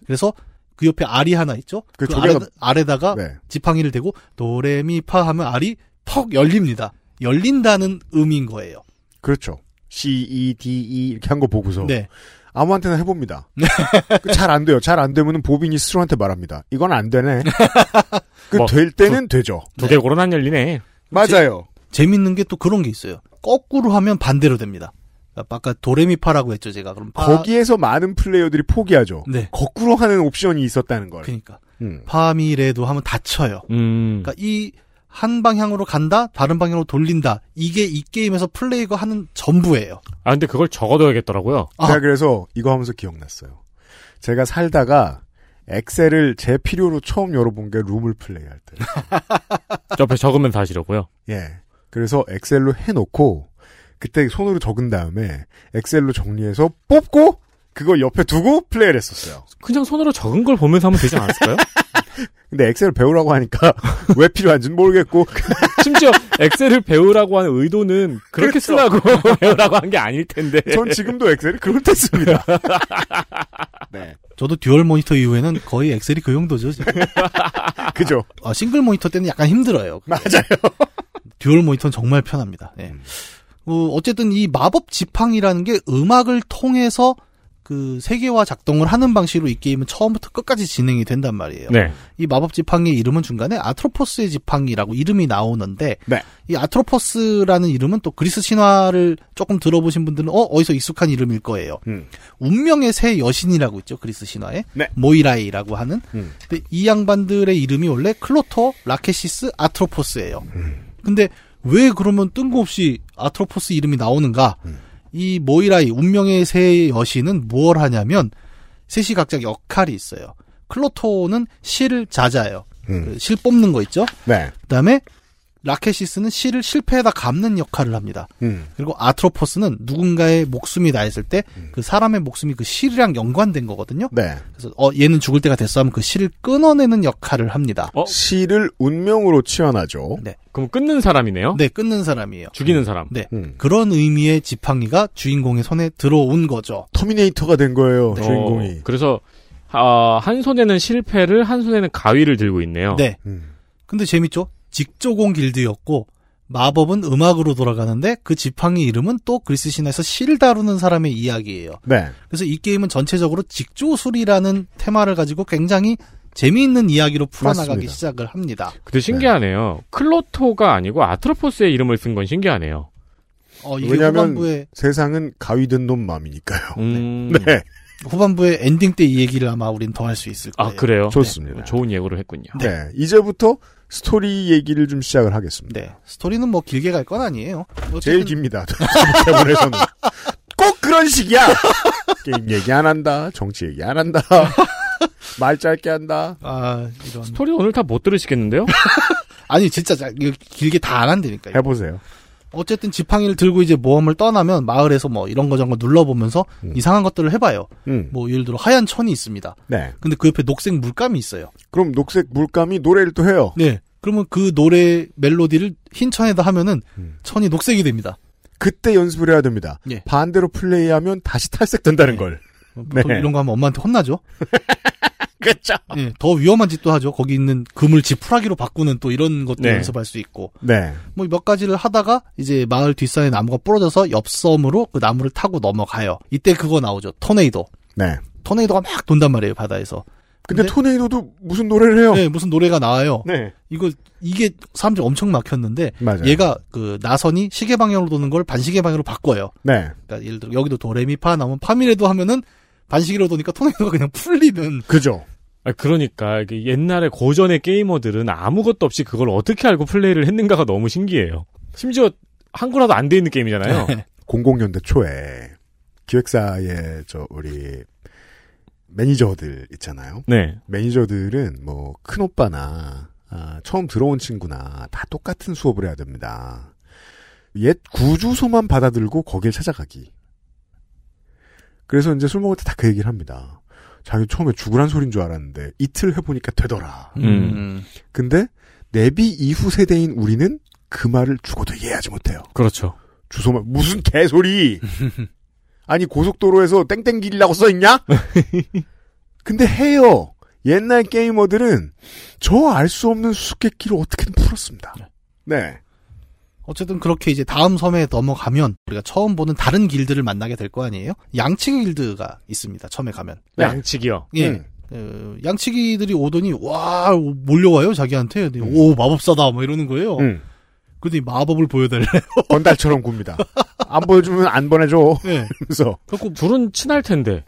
그래서 그 옆에 알이 하나 있죠?
그
그,
조개가-
아래, 다가
네.
지팡이를 대고 도레미파 하면 알이 퍽 열립니다. 열린다는 의미인 거예요.
그렇죠. C, E, D, E 이렇게 한 거 보고서
네.
아무한테나 해봅니다. 그 잘 안 돼요. 잘 안 되면 보빈이 스스로한테 말합니다. 이건 안 되네. 그 될 때는 되죠.
두 개 고른 안 열리네.
맞아요.
재, 밌는 게 또 그런 게 있어요. 거꾸로 하면 반대로 됩니다. 그러니까 아까 도레미파라고 했죠, 제가. 그럼 파- 네.
거기에서 많은 플레이어들이 포기하죠. 거꾸로 하는 옵션이 있었다는 걸.
그러니까.
음.
파미레도 하면 다쳐요.
음.
그러니까 이 한 방향으로 간다, 다른 방향으로 돌린다. 이게 이 게임에서 플레이가 하는 전부예요.
아, 근데 그걸 적어둬야겠더라고요.
제가 그래서 이거 하면서 기억났어요. 제가 살다가 엑셀을 제 필요로 처음 열어본 게 룸을 플레이할 때.
옆에 적으면 사시려고요.
예. 그래서 엑셀로 해놓고 그때 손으로 적은 다음에 엑셀로 정리해서 뽑고 그거 옆에 두고 플레이를 했었어요.
그냥 손으로 적은 걸 보면서 하면 되지 않았을까요?
근데 엑셀을 배우라고 하니까 왜 필요한지는 모르겠고
심지어 엑셀을 배우라고 하는 의도는 그렇게
그렇죠.
쓰라고 배우라고 한 게 아닐 텐데.
전 지금도 엑셀을 그럴 때 씁니다.
저도 듀얼 모니터 이후에는 거의 엑셀이 그 용도죠. 지금.
그죠?
어, 싱글 모니터 때는 약간 힘들어요.
맞아요.
듀얼 모니터는 정말 편합니다. 예. 어, 어쨌든 이 마법 지팡이라는 게 음악을 통해서 그 세계화 작동을 하는 방식으로 이 게임은 처음부터 끝까지 진행이 된단 말이에요.
네.
이 마법 지팡이의 이름은 중간에 아트로포스의 지팡이라고 이름이 나오는데 이 아트로포스라는 이름은 또 그리스 신화를 조금 들어보신 분들은 어 어디서 익숙한 이름일 거예요. 운명의 새 여신이라고 있죠 그리스 신화에 모이라이라고 하는. 근데 이 양반들의 이름이 원래 클로토, 라케시스, 아트로포스예요. 근데 왜 그러면 뜬금없이 아트로포스 이름이 나오는가?
음.
이 모이라이 운명의 새 여신은 무얼 하냐면 셋이 각자 역할이 있어요.
음.
클로토는 그 실을 자자요. 실 뽑는 거 있죠?
네.
그다음에 라켓시스는 실을 실패에다 감는 역할을 합니다.
음.
그리고 아트로포스는 누군가의 목숨이 나했을 때 그
음.
사람의 목숨이 그 실이랑 연관된 거거든요.
네.
그래서 어 얘는 죽을 때가 됐어 하면 그 실을 끊어내는 역할을 합니다.
실을 운명으로 치환하죠.
네.
그럼 끊는 사람이네요?
네, 끊는 사람이에요.
어? 죽이는 사람.
네.
음.
그런 의미의 지팡이가 주인공의 손에 들어온 거죠.
터미네이터가 된 거예요,
어,
주인공이.
그래서 아, 한 손에는 실패를 한 손에는 가위를 들고 있네요.
네.
음.
근데 재밌죠? 직조공 길드였고 마법은 음악으로 돌아가는데 그 지팡이 이름은 또 그리스 신에서 실을 다루는 사람의 이야기예요.
네.
그래서 이 게임은 전체적으로 직조술이라는 테마를 가지고 굉장히 재미있는 이야기로 풀어나가기
맞습니다.
시작을 합니다.
근데 신기하네요. 클로토가 아니고 아트로포스의 이름을 쓴 건 신기하네요.
어, 이게
왜냐하면
후반부에
세상은 가위 된놈 마음이니까요.
네.
후반부에 엔딩 때 이 얘기를 아마 우린 더 할 수 있을 거예요.
아, 그래요?
좋습니다.
네. 좋은 예고를 했군요.
네. 이제부터 스토리 얘기를 좀 시작을 하겠습니다.
스토리는 뭐 길게 갈 건 아니에요. 어쨌든-
제일 깁니다. 대본에서는 꼭 그런 식이야. 게임 얘기 안 한다. 정치 얘기 안 한다. 말 짧게 한다.
아, 이런.
스토리 오늘 다 못 들으시겠는데요?
아니 진짜 자- 이거 길게 다 안 한다니까요.
해보세요.
어쨌든 지팡이를 들고 이제 모험을 떠나면 마을에서 뭐 이런 거 저런 거 눌러보면서
음.
이상한 것들을 해봐요. 뭐 예를 들어 하얀 천이 있습니다.
네.
근데 그 옆에 녹색 물감이 있어요.
그럼 녹색 물감이 노래를 또 해요.
네. 그러면 그 노래 멜로디를 흰 천에다 하면은
음.
천이 녹색이 됩니다.
그때 연습을 해야 됩니다. 반대로 플레이하면 다시 탈색된다는 걸.
어, 보통
네.
이런 거 하면 엄마한테 혼나죠.
그렇죠.
예, 더 위험한 짓도 하죠. 거기 있는 금을 지푸라기로 바꾸는 또 이런 것도
네.
연습할 수 있고.
네.
뭐 몇 가지를 하다가 이제 마을 뒷산에 나무가 부러져서 옆 섬으로 그 나무를 타고 넘어가요. 이때 그거 나오죠. 토네이도.
네.
토네이도가 막 돈단 말이에요 바다에서.
근데, 토네이도도 무슨 노래를 해요?
네, 무슨 노래가 나와요.
네.
이거 이게 사람들이 엄청 막혔는데
맞아요.
얘가 그 나선이 시계 방향으로 도는 걸 반시계 방향으로 바꿔요.
네.
그러니까 예를 들어 여기도 도레미파 나오면 파미레도 하면은 반시계로 도니까 토네이도가 그냥 풀리는
그죠.
아, 그러니까 이게 옛날에 고전의 게이머들은 아무것도 없이 그걸 어떻게 알고 플레이를 했는가가 너무 신기해요. 심지어 한글화도 안 돼 있는 게임이잖아요.
네.
00년대 초에 기획사의 저 우리 매니저들 있잖아요.
네.
매니저들은 뭐 큰 오빠나 아, 처음 들어온 친구나 다 똑같은 수업을 해야 됩니다. 옛 구주소만 받아들고 거길 찾아가기. 그래서 이제 술 먹을 때 다 그 얘기를 합니다. 자기 처음에 죽으란 소린 줄 알았는데 이틀 해보니까 되더라.
음.
근데 내비 이후 세대인 우리는 그 말을 죽어도 이해하지 못해요.
그렇죠.
주소만 무슨 개소리. 아니 고속도로에서 땡땡길이라고 써있냐? 근데 해요. 옛날 게이머들은 저 알 수 없는 수수께끼를 어떻게든 풀었습니다. 네.
어쨌든 그렇게 이제 다음 섬에 넘어가면 우리가 처음 보는 다른 길드를 만나게 될 거 아니에요? 양치기 길드가 있습니다. 처음에 가면.
네. 양치기요.
예.
음.
어, 양치기들이 오더니 와 몰려와요 자기한테 근데 오 마법사다 뭐 이러는 거예요.
음.
그러더니 마법을 보여달래요.
건달처럼 굽니다. 안 보여주면 안 보내줘.
네.
그래서
둘은 친할 텐데.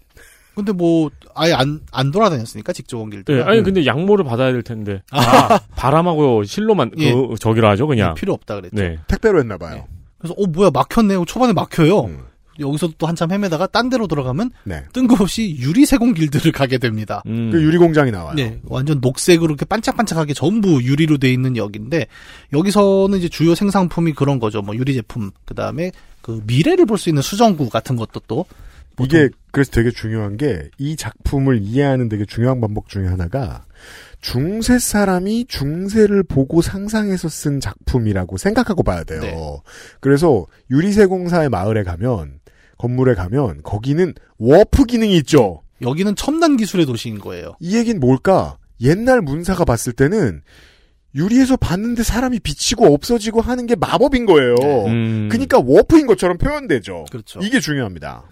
근데 뭐 아예 안 안 돌아다녔으니까 직조원 길드. 음.
네, 아니 근데 양모를 받아야 될 텐데. 아, 바람하고 실로만 그
예.
저기로 하죠 그냥.
필요 없다 그랬죠.
네.
택배로 했나 봐요.
그래서 어 뭐야 막혔네요. 초반에 막혀요. 여기서도 또 한참 헤매다가 딴 데로 돌아가면
음. 네.
뜬금없이 유리세공 길드를 가게 됩니다.
음.
그 유리 공장이 나와요.
음. 네, 완전 녹색으로 이렇게 반짝반짝하게 전부 유리로 돼 있는 역인데 여기서는 이제 주요 생산품이 그런 거죠. 뭐 유리 제품, 그 다음에 그 미래를 볼 수 있는 수정구 같은 것도 또
이게 그래서 되게 중요한 게 이 작품을 이해하는 되게 중요한 방법 중에 하나가 중세 사람이 중세를 보고 상상해서 쓴 작품이라고 생각하고 봐야 돼요.
네.
그래서 유리세공사의 마을에 가면 건물에 가면 거기는 워프 기능이 있죠.
여기는 첨단 기술의 도시인 거예요.
이 얘긴 뭘까? 옛날 문사가 봤을 때는 유리에서 봤는데 사람이 비치고 없어지고 하는 게 마법인 거예요.
어,
그러니까 워프인 것처럼 표현되죠.
네. 음. 그렇죠.
이게 중요합니다.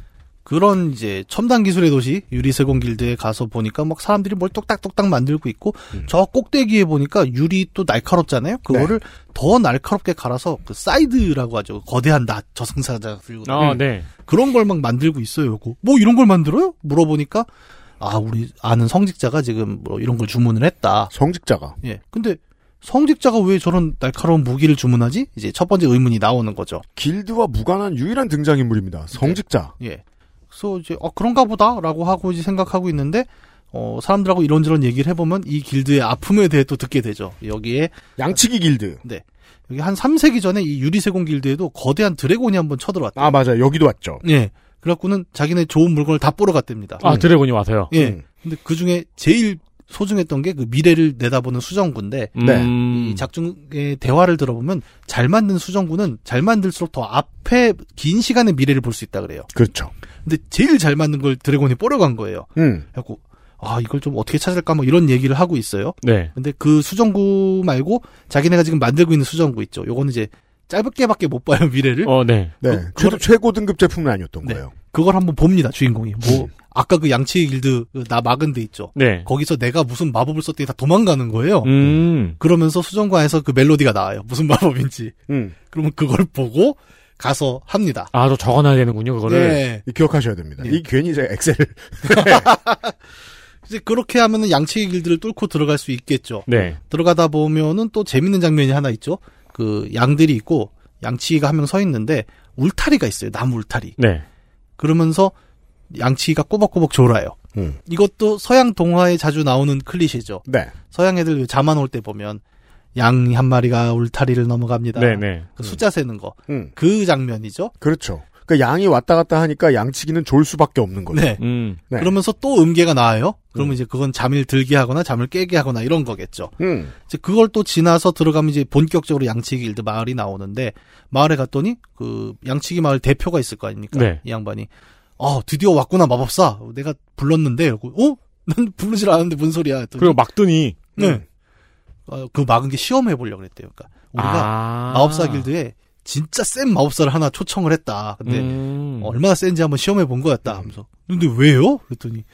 그런 이제 첨단 기술의 도시 유리세공 길드에 가서 보니까 막 사람들이 뭘 똑딱똑딱 만들고 있고 저 꼭대기에 보니까 유리 또 날카롭잖아요. 그거를 더 날카롭게 갈아서 그 사이드라고 하죠. 거대한 나 저승사자가 들고
아,
다니는
네.
그런 걸 막 만들고 있어요. 그거. 뭐 이런 걸 만들어요? 물어보니까 아 우리 아는 성직자가 지금 뭐 이런 걸 주문을 했다.
성직자가
예. 근데 성직자가 왜 저런 날카로운 무기를 주문하지? 이제 첫 번째 의문이 나오는 거죠.
길드와 무관한 유일한 등장인물입니다. 성직자.
예. 그래서 이제 어 그런가 보다라고 하고 이제 생각하고 있는데 어 사람들하고 이런저런 얘기를 해보면 이 길드의 아픔에 대해 또 듣게 되죠. 여기에
양치기 길드.
네. 여기 한 3세기 전에 이 유리세공 길드에도 거대한 드래곤이 한번 쳐들어왔다.
아 맞아 여기도 왔죠.
예. 그래갖고는 자기네 좋은 물건을 다 뿌러 갔답니다.
아, 드래곤이 음. 와서요?
예.
음,
근데 그 중에 제일 소중했던 게 그 미래를 내다보는 수정구인데
네.
예. 이 작중의 대화를 들어보면 잘 만든 수정구는 잘 만들수록 더 앞에 긴 시간의 미래를 볼 수 있다 그래요.
그렇죠.
근데 제일 잘 만든 걸 드래곤이 뿌러 간 거예요.
음.
그래갖고 아 이걸 좀 어떻게 찾을까 뭐 이런 얘기를 하고 있어요.
네.
근데 그 수정구 말고 자기네가 지금 만들고 있는 수정구 있죠. 요거는 이제 짧게밖에 못 봐요 미래를.
어, 네.
그,
네. 최고, 최고 등급 제품은 아니었던
네.
거예요.
그걸 한번 봅니다 주인공이.
음.
뭐 아까 그 양치 길드 그나 막은 데 있죠.
네.
거기서 어. 내가 무슨 마법을 썼더니 다 도망가는 거예요.
음.
그러면서 수정과에서 그 멜로디가 나와요. 무슨 마법인지.
음.
그러면 그걸 보고 가서 합니다.
아, 저 적어놔야 되는군요, 그거를.
네.
기억하셔야 됩니다. 이 괜히 제가 엑셀을
이제 그렇게 하면은 양치기 길드를 뚫고 들어갈 수 있겠죠.
네.
들어가다 보면은 또 재밌는 장면이 하나 있죠. 그 양들이 있고 양치기가 한 명 서 있는데 울타리가 있어요. 나무 울타리.
네.
그러면서 양치기가 꼬박꼬박 졸아요.
음.
이것도 서양 동화에 자주 나오는 클리셰죠.
네.
서양 애들 자만 올 때 보면 양 한 마리가 울타리를 넘어갑니다.
네, 네.
그 숫자 세는 거.
음.
그 장면이죠.
그렇죠. 그러니까 양이 왔다 갔다 하니까 양치기는 졸 수밖에 없는 거죠.
네.
음.
네.
그러면서 또 음계가 나와요. 그러면 이제 그건 잠을 들게 하거나 잠을 깨게 하거나 이런 거겠죠.
음.
이제 그걸 또 지나서 들어가면 이제 본격적으로 양치기 일드 마을이 나오는데 마을에 갔더니 그 양치기 마을 대표가 있을 거 아닙니까?
네.
이 양반이 아 드디어 왔구나 마법사 내가 불렀는데 이러고, 어? 난 부르질 않았는데 뭔 소리야? 했더니,
그리고 막더니.
네.
음,
어, 그 막은 게 시험해 보려고 그랬대요. 그러니까 우리가
아.
마법사 길드에 진짜 센 마법사를 하나 초청을 했다. 근데
음.
얼마나 센지 한번 시험해 본 거였다 하면서 근데 왜요? 그랬더니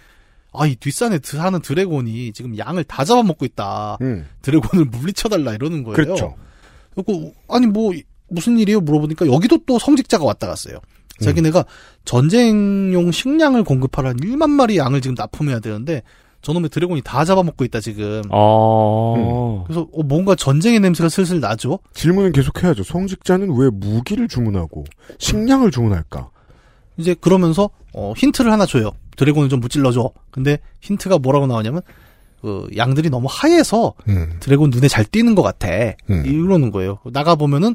아 이 뒷산에 드- 사는 드래곤이 지금 양을 다 잡아먹고 있다
음.
드래곤을 물리쳐달라 이러는 거예요
그렇죠.
그래서 아니 뭐 이- 무슨 일이에요 물어보니까 여기도 또 성직자가 왔다 갔어요
음.
자기네가 전쟁용 식량을 공급하라는 1만 마리 양을 지금 납품해야 되는데 저놈의 드래곤이 다 잡아먹고 있다 지금
어.
그래서 어, 뭔가 전쟁의 냄새가 슬슬 나죠
질문은 계속해야죠. 성직자는 왜 무기를 주문하고 식량을 주문할까?
이제 그러면서 어, 힌트를 하나 줘요. 드래곤을 좀 무찔러줘. 근데 힌트가 뭐라고 나오냐면 그 양들이 너무 하얘서
음.
드래곤 눈에 잘 띄는 것 같아.
음.
이러는 거예요. 나가 보면은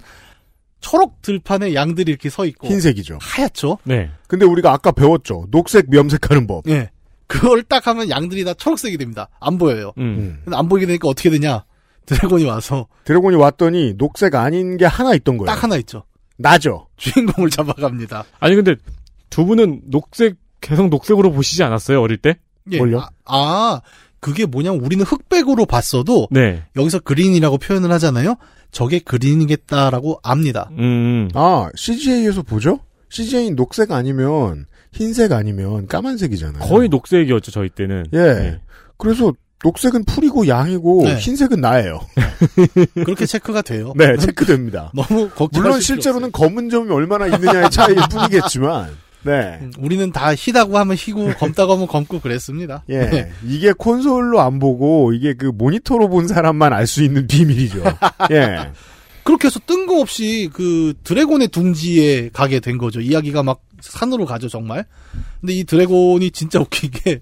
초록 들판에 양들이 이렇게 서 있고
흰색이죠.
하얗죠.
네.
근데 우리가 아까 배웠죠. 녹색 염색하는 법.
예. 그걸 딱 하면 양들이 다 초록색이 됩니다. 안 보여요.
음.
음.
근데 안 보이게 되니까 어떻게 되냐? 드래곤이 와서
드래곤이 왔더니 녹색 아닌 게 하나 있던 거예요.
딱 하나 있죠.
나죠.
주인공을 잡아갑니다.
아니, 근데 두 분은 녹색, 계속 녹색으로 보시지 않았어요, 어릴 때?
예.
뭘요?
아, 아, 그게 뭐냐면 우리는 흑백으로 봤어도
네.
여기서 그린이라고 표현을 하잖아요. 저게 그린이겠다라고 압니다.
음.
아 CGA에서 보죠? CGA인 녹색 아니면 흰색 아니면 까만색이잖아요.
거의 녹색이었죠, 저희 때는. 네.
예. 그래서 녹색은 풀이고 양이고
네. 어.
흰색은 나예요.
그렇게 체크가 돼요.
네, 체크됩니다.
너무 걱정.
물론 실제로는 검은 점이 얼마나 있느냐의 차이일 뿐이겠지만,
음.
네.
우리는 다 희다고 하면 희고 검다고 하면 검고 그랬습니다.
예. 이게 콘솔로 안 보고, 이게 그 모니터로 본 사람만 알 수 있는 비밀이죠. 예.
그렇게 해서 뜬금없이 그 드래곤의 둥지에 가게 된 거죠. 이야기가 막 산으로 가죠 정말. 근데 이 드래곤이 진짜 웃기게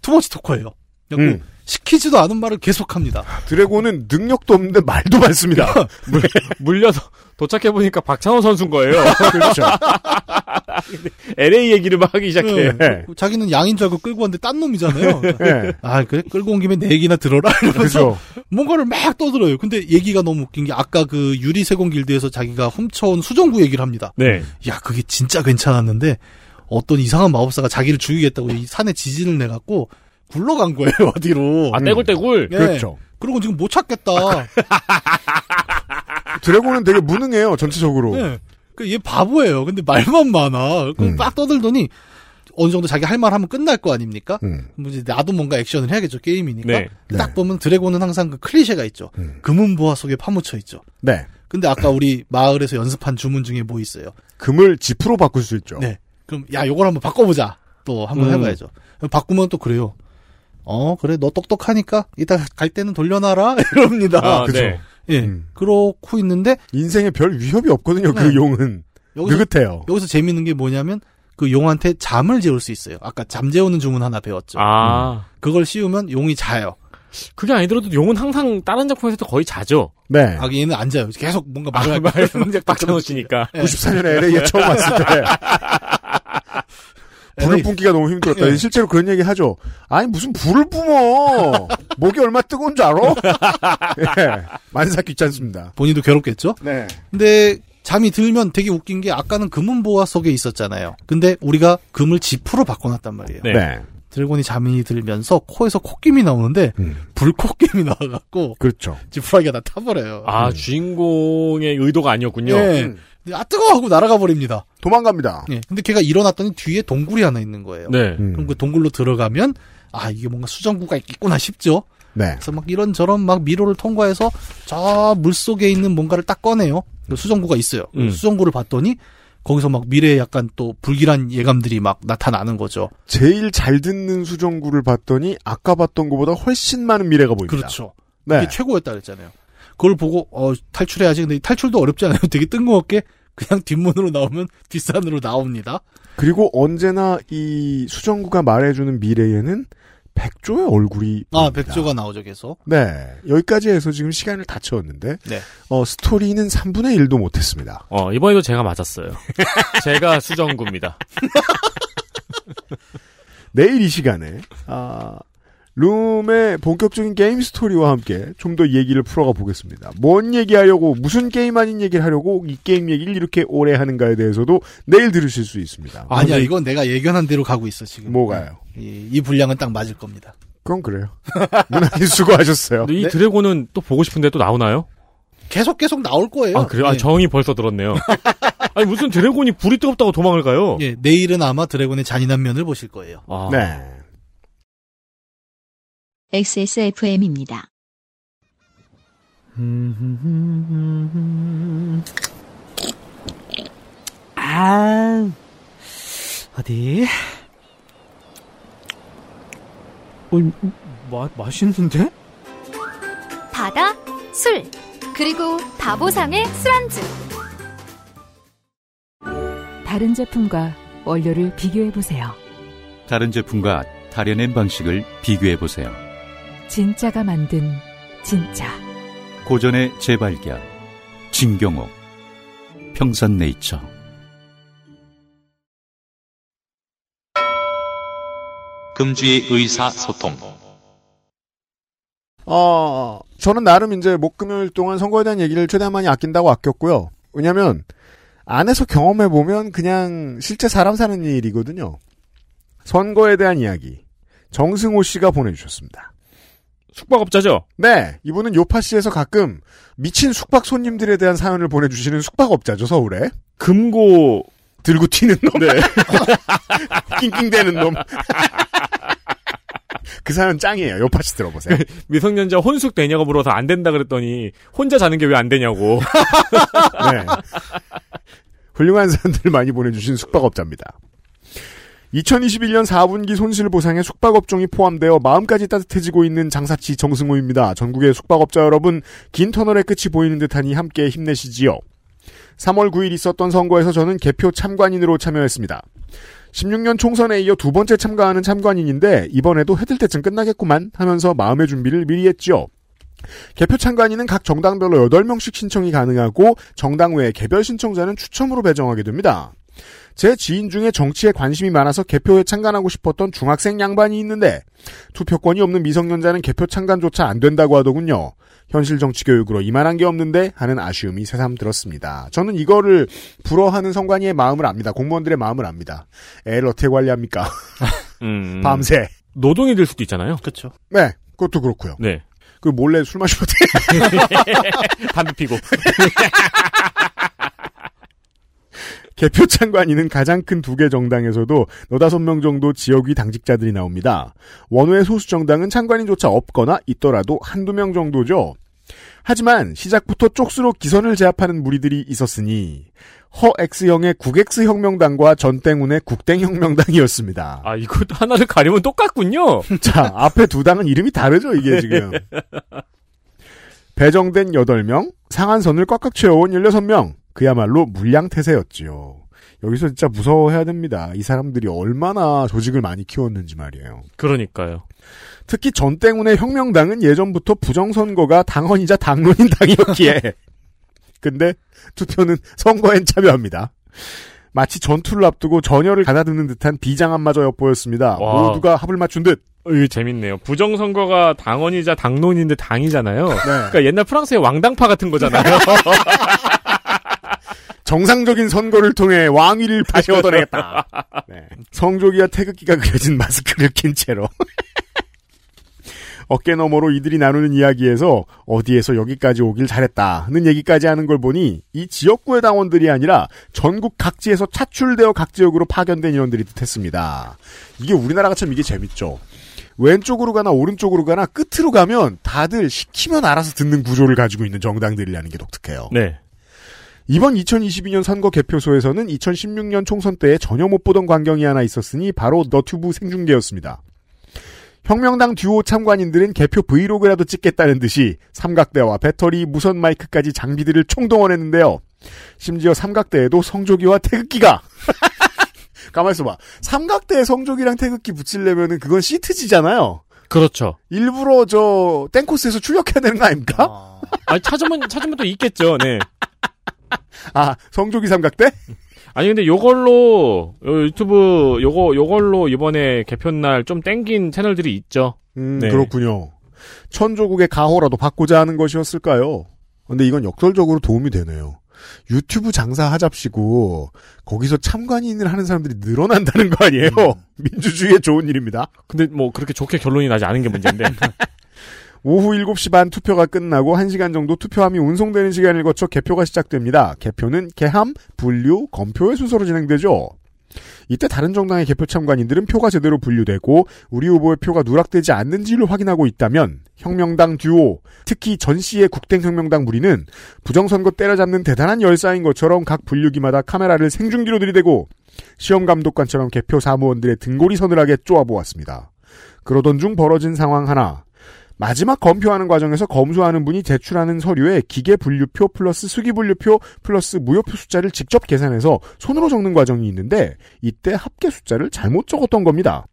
투머치 토커예요. 그래갖고
음.
시키지도 않은 말을 계속합니다.
드래곤은 능력도 없는데 말도 많습니다.
물려서 도착해보니까 박찬호 선수인 거예요.
그렇죠.
LA 얘기를 막 하기 시작해요.
예.
네. 자기는 양인 줄 알고 끌고 왔는데 딴 놈이잖아요.
예.
아 그래 끌고 온 김에 내 얘기나 들어라 이러면서
그죠.
뭔가를 막 떠들어요. 근데 얘기가 너무 웃긴 게 아까 그 유리 세공 길드에서 자기가 훔쳐온 수정구 얘기를 합니다.
네.
야 그게 진짜 괜찮았는데 어떤 이상한 마법사가 자기를 죽이겠다고 이 산에 지진을 내갖고 굴러간 거예요 어디로.
음.
아, 떼굴떼굴.
예.
그렇죠. 아,
그리고 지금 못 찾겠다.
드래곤은 되게 무능해요, 전체적으로.
예. 그얘 바보예요. 근데 말만 많아. 그럼
음.
빡 떠들더니 어느 정도 자기 할 말 하면 끝날 거 아닙니까?
음.
그럼 이제 나도 뭔가 액션을 해야겠죠 게임이니까.
네.
딱
네.
보면 드래곤은 항상 그 클리셰가 있죠.
음.
금은보화 속에 파묻혀 있죠.
네.
근데 아까 우리 마을에서 연습한 주문 중에 뭐 있어요?
금을 지프로 바꿀 수 있죠.
네. 그럼 야 요걸 한번 바꿔보자. 또 한번
음.
해봐야죠. 바꾸면 또 그래요. 어 그래 너 똑똑하니까 이따 갈 때는 돌려놔라 이럽니다.
아,
그죠.
네.
예.
음.
그렇고 있는데
인생에 별 위협이 없거든요,
네.
그 용은.
여기서
그,
느긋해요.
여기서 재밌는 게 뭐냐면 그 용한테 잠을 재울 수 있어요. 아까 잠 재우는 주문 하나 배웠죠.
아.
그걸 씌우면 용이 자요.
그게 아니더라도 용은 항상 다른 작품에서도 거의 자죠.
네.
아, 얘는 앉아요. 계속 뭔가 말을
아,
할-
말을 막 박쳐놓으시니까.
네.
94년에 LA에 처음 왔을 때. 불을 뿜기가 너무 힘들었다.
예.
실제로 그런 얘기 하죠. 아니, 무슨 불을 뿜어! 목이 얼마 뜨거운 줄 알아? 예. 만삭 귀찮습니다.
본인도 괴롭겠죠?
네.
근데 잠이 들면 되게 웃긴 게 아까는 금은 보화 속에 있었잖아요. 근데 우리가 금을 지프로 바꿔놨단 말이에요.
네. 네.
들곤이 잠이 들면서 코에서 콧김이 나오는데 불콧김이 나와갖고
그렇죠.
지푸라기가 다 타버려요.
음.
아, 주인공의 의도가 아니었군요.
예.
네.
근데 아 뜨거워 하고 날아가 버립니다.
도망갑니다.
예. 근데 걔가 일어났더니 뒤에 동굴이 하나 있는 거예요.
네.
음.
그럼 그 동굴로 들어가면 아 이게 뭔가 수정구가 있겠구나 싶죠.
네.
그래서 막 이런저런 막 미로를 통과해서 저 물속에 있는 뭔가를 딱 꺼내요. 그 수정구가 있어요.
음.
수정구를 봤더니 거기서 막 미래에 약간 또 불길한 예감들이 막 나타나는 거죠.
제일 잘 듣는 수정구를 봤더니 아까 봤던 것보다 훨씬 많은 미래가 보입니다.
그렇죠.
네.
이게 최고였다 그랬잖아요. 그걸 보고 어 탈출해야지. 근데 이 탈출도 어렵지 않아요. 되게 뜬금없게 그냥 뒷문으로 나오면 뒷산으로 나옵니다.
그리고 언제나 이 수정구가 말해주는 미래에는 백조의 얼굴이
아
보입니다.
백조가 나오죠 계속.
네 여기까지 해서 지금 시간을 다 채웠는데
네.
어, 스토리는 3분의 1도 못했습니다.
어, 이번에도 제가 맞았어요. 제가 수정구입니다.
내일 이 시간에 아, 룸의 본격적인 게임 스토리와 함께 좀 더 얘기를 풀어가 보겠습니다. 뭔 얘기하려고 무슨 게임 아닌 얘기를 하려고 이 게임 얘기를 이렇게 오래 하는가에 대해서도 내일 들으실 수 있습니다.
아니야 이건 내가 예견한 대로 가고 있어 지금. 예,
뭐가요?
이, 이 분량은 딱 맞을 겁니다.
그건 그래요. 문학인 수고하셨어요.
네.
근데 이 드래곤은 또 보고 싶은데 또 나오나요?
계속 계속 나올
네.
거예요.
아, 그래요? 아,
예.
정이 벌써 들었네요. 아니, 무슨 드래곤이 불이 뜨겁다고 도망을 가요?
예, 내일은 아마 드래곤의 잔인한 면을 보실 거예요.
아.
네.
XSFM입니다.
아, 어디? 어, 마, 맛있는데?
바다, 술, 그리고 바보상의 술안주.
다른 제품과 원료를 비교해 보세요.
다른 제품과 다려낸 방식을 비교해 보세요.
진짜가 만든 진짜.
고전의 재발견. 진경옥. 평산네이처.
금주의 의사소통.
어, 저는 나름 이제 목금요일 동안 선거에 대한 얘기를 최대한 많이 아낀다고 아꼈고요. 왜냐면, 안에서 경험해보면 그냥 실제 사람 사는 일이거든요. 선거에 대한 이야기. 정승호 씨가 보내주셨습니다.
숙박업자죠?
네. 이분은 요파시에서 가끔 미친 숙박 손님들에 대한 사연을 보내주시는 숙박업자죠, 서울에.
금고
들고 튀는 놈. 낑낑대는 놈. 그 사연 짱이에요. 요파시 들어보세요.
미성년자 혼숙 되냐고 물어서 안 된다 그랬더니 혼자 자는 게 왜 안 되냐고.
네. 훌륭한 사람들 많이 보내주신 숙박업자입니다. 2021년 4분기 손실보상에 숙박업종이 포함되어 마음까지 따뜻해지고 있는 장사치 정승호입니다. 전국의 숙박업자 여러분, 긴 터널의 끝이 보이는 듯하니 함께 힘내시지요. 3월 9일 있었던 선거에서 저는 개표 참관인으로 참여했습니다. 16년 총선에 이어 두 번째 참가하는 참관인인데 이번에도 해들 때쯤 끝나겠구만 하면서 마음의 준비를 미리 했지요. 개표 참관인은 각 정당별로 8명씩 신청이 가능하고 정당 외에 개별 신청자는 추첨으로 배정하게 됩니다. 제 지인 중에 정치에 관심이 많아서 개표에 참관하고 싶었던 중학생 양반이 있는데 투표권이 없는 미성년자는 개표 참관조차 안 된다고 하더군요. 현실 정치 교육으로 이만한 게 없는데 하는 아쉬움이 새삼 들었습니다. 저는 이거를 불어하는 선관위의 마음을 압니다. 공무원들의 마음을 압니다. 애를 어떻게 관리합니까?
음.
밤새.
노동이 될 수도 있잖아요.
그렇죠.
네, 그것도 그렇고요.
네.
그 몰래 술 마시면 돼.
담배 피고.
개표 참관인은 가장 큰 두 개 정당에서도 너다섯 명 정도 지역위 당직자들이 나옵니다. 원외 소수 정당은 참관인조차 없거나 있더라도 한두 명 정도죠. 하지만 시작부터 쪽수로 기선을 제압하는 무리들이 있었으니 허X형의 9X혁명당과 전땡운의 국땡혁명당이었습니다.
아, 이거 하나를 가리면 똑같군요.
자, 앞에 두 당은 이름이 다르죠, 이게 지금. 배정된 8명, 상한선을 꽉꽉 채워온 16명, 그야말로 물량태세였지요. 여기서 진짜 무서워해야 됩니다. 이 사람들이 얼마나 조직을 많이 키웠는지 말이에요.
그러니까요.
특히 전 때문에 혁명당은 예전부터 부정선거가 당헌이자 당론인 당이었기에. 근데 투표는 선거엔 참여합니다. 마치 전투를 앞두고 전열을 가다듬는 듯한 비장함마저 엿보였습니다.
와.
모두가 합을 맞춘 듯.
이거 재밌네요. 부정선거가 당원이자 당론인데 당이잖아요.
네.
그러니까 옛날 프랑스의 왕당파 같은 거잖아요.
정상적인 선거를 통해 왕위를 다시 얻어내겠다. 네. 성조기와 태극기가 그려진 마스크를 낀 채로. 어깨 너머로 이들이 나누는 이야기에서 어디에서 여기까지 오길 잘했다는 얘기까지 하는 걸 보니 이 지역구의 당원들이 아니라 전국 각지에서 차출되어 각 지역으로 파견된 인원들이 뜻했습니다. 이게 우리나라가 참 이게 재밌죠. 왼쪽으로 가나 오른쪽으로 가나 끝으로 가면 다들 시키면 알아서 듣는 구조를 가지고 있는 정당들이라는 게 독특해요.
네.
이번 2022년 선거 개표소에서는 2016년 총선 때에 전혀 못 보던 광경이 하나 있었으니 바로 너튜브 생중계였습니다. 혁명당 듀오 참관인들은 개표 브이로그라도 찍겠다는 듯이 삼각대와 배터리, 무선 마이크까지 장비들을 총동원했는데요. 심지어 삼각대에도 성조기와 태극기가 가만 있어봐. 삼각대에 성조기랑 태극기 붙이려면은 그건 시트지잖아요.
그렇죠.
일부러 저 땡코스에서 출력해야 되는 거
어.
아닙니까?
아 찾으면 찾으면 또 있겠죠. 네.
아 성조기 삼각대?
아니 근데 요걸로 요 유튜브 요거 요걸로 이번에 개편날 좀 땡긴 채널들이 있죠.
음, 그렇군요. 천조국의 가호라도 받고자 하는 것이었을까요? 근데 이건 역설적으로 도움이 되네요. 유튜브 장사하잡시고 거기서 참관인을 하는 사람들이 늘어난다는 거 아니에요? 민주주의에 좋은 일입니다.
근데 뭐 그렇게 좋게 결론이 나지 않은 게 문제인데.
오후 7시 반 투표가 끝나고 1시간 정도 투표함이 운송되는 시간을 거쳐 개표가 시작됩니다. 개표는 개함, 분류, 검표의 순서로 진행되죠. 이때 다른 정당의 개표 참관인들은 표가 제대로 분류되고 우리 후보의 표가 누락되지 않는지를 확인하고 있다면 혁명당 듀오, 특히 전 씨의 국땡혁명당 무리는 부정선거 때려잡는 대단한 열사인 것처럼 각 분류기마다 카메라를 생중기로 들이대고 시험감독관처럼 개표 사무원들의 등골이 서늘하게 쪼아보았습니다. 그러던 중 벌어진 상황 하나, 마지막 검표하는 과정에서 검수하는 분이 제출하는 서류에 기계 분류표 플러스 수기 분류표 플러스 무효표 숫자를 직접 계산해서 손으로 적는 과정이 있는데 이때 합계 숫자를 잘못 적었던 겁니다.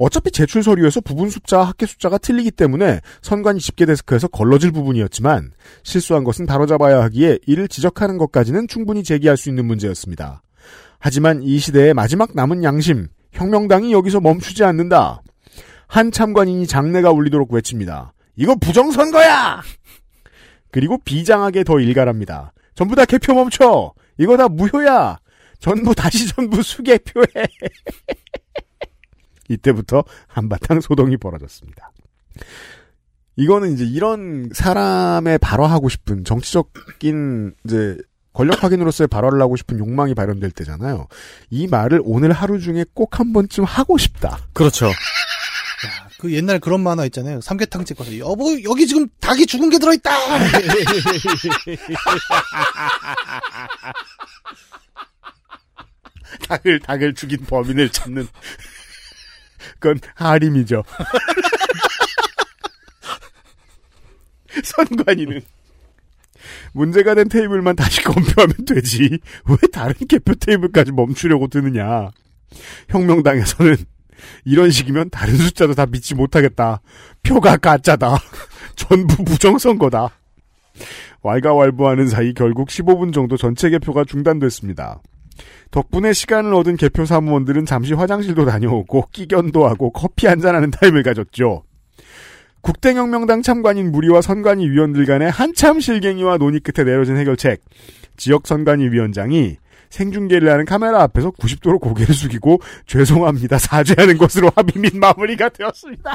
어차피 제출 서류에서 부분 숫자와 합계 숫자가 틀리기 때문에 선관위 집계 데스크에서 걸러질 부분이었지만 실수한 것은 바로잡아야 하기에 이를 지적하는 것까지는 충분히 제기할 수 있는 문제였습니다. 하지만 이 시대의 마지막 남은 양심, 혁명당이 여기서 멈추지 않는다. 한 참관인이 장내가 울리도록 외칩니다. 이거 부정선거야! 그리고 비장하게 더 일갈합니다. 전부 다 개표 멈춰! 이거 다 무효야! 전부 다시 전부 수개표해! 이때부터 한바탕 소동이 벌어졌습니다. 이거는 이제 이런 사람의 발화하고 싶은 정치적인 이제 권력 확인으로서의 발화를 하고 싶은 욕망이 발현될 때잖아요. 이 말을 오늘 하루 중에 꼭 한 번쯤 하고 싶다.
그렇죠.
그 옛날 그런 만화 있잖아요. 삼계탕 찍고서 여보 여기 지금 닭이 죽은 게 들어있다.
닭을 닭을 죽인 범인을 찾는 그건 하림이죠. 선관위는 문제가 된 테이블만 다시 검표하면 되지 왜 다른 개표 테이블까지 멈추려고 드느냐. 혁명당에서는 이런 식이면 다른 숫자도 다 믿지 못하겠다. 표가 가짜다. 전부 부정선거다. 왈가왈부하는 사이 결국 15분 정도 전체 개표가 중단됐습니다. 덕분에 시간을 얻은 개표 사무원들은 잠시 화장실도 다녀오고 끼견도 하고 커피 한잔하는 타임을 가졌죠. 국대혁명당 참관인 무리와 선관위 위원들 간의 한참 실갱이와 논의 끝에 내려진 해결책. 지역 선관위 위원장이 생중계를 하는 카메라 앞에서 90도로 고개를 숙이고 죄송합니다 사죄하는 것으로 합의 및 마무리가 되었습니다.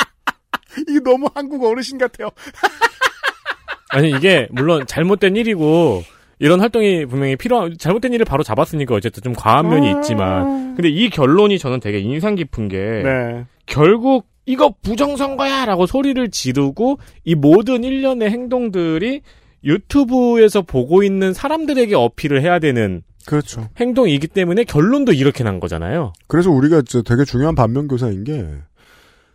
이게 너무 한국 어르신 같아요.
아니 이게 물론 잘못된 일이고 이런 활동이 분명히 필요한 잘못된 일을 바로 잡았으니까 어쨌든 좀
아.
과한 면이 있지만 네. 근데 이 결론이 저는 되게 인상 깊은 게
네.
결국 이거 부정선거야라고 소리를 지르고 이 모든 일련의 행동들이 유튜브에서 보고 있는 사람들에게 어필을 해야 되는
그렇죠.
행동이기 때문에 결론도 이렇게 난 거잖아요.
그래서 우리가 저 되게 중요한 반면교사인 게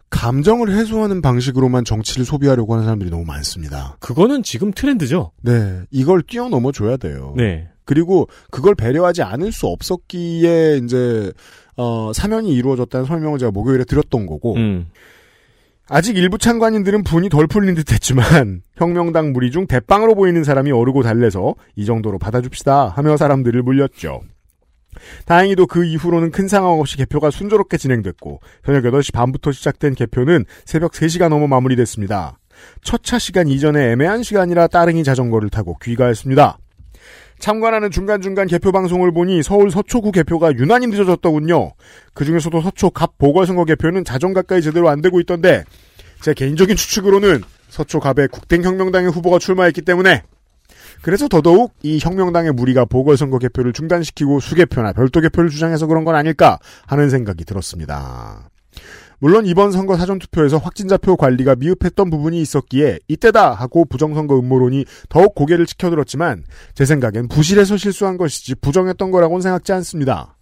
감정을 해소하는 방식으로만 정치를 소비하려고 하는 사람들이 너무 많습니다.
그거는 지금 트렌드죠.
네, 이걸 뛰어넘어 줘야 돼요.
네.
그리고 그걸 배려하지 않을 수 없었기에 이제 어, 사면이 이루어졌다는 설명을 제가 목요일에 드렸던
음. 어.
거고 아직 일부 참관인들은 분이 덜 풀린 듯했지만 혁명당 무리 중 대빵으로 보이는 사람이 어르고 달래서 이 정도로 받아줍시다 하며 사람들을 물렸죠. 다행히도 그 이후로는 큰 상황 없이 개표가 순조롭게 진행됐고 저녁 8시 반부터 시작된 개표는 새벽 3시가 넘어 마무리됐습니다. 첫 차 시간 이전에 애매한 시간이라 따릉이 자전거를 타고 귀가했습니다. 참관하는 중간중간 개표 방송을 보니 서울 서초구 개표가 유난히 늦어졌더군요. 그 중에서도 서초 갑 보궐선거 개표는 자정 가까이 제대로 안 되고 있던데 제 개인적인 추측으로는 서초 갑에 국댕혁명당의 후보가 출마했기 때문에 그래서 더더욱 이 혁명당의 무리가 보궐선거 개표를 중단시키고 수개표나 별도 개표를 주장해서 그런 건 아닐까 하는 생각이 들었습니다. 물론 이번 선거 사전투표에서 확진자표 관리가 미흡했던 부분이 있었기에 이때다 하고 부정선거 음모론이 더욱 고개를 치켜들었지만 제 생각엔 부실해서 실수한 것이지 부정했던 거라고는 생각지 않습니다.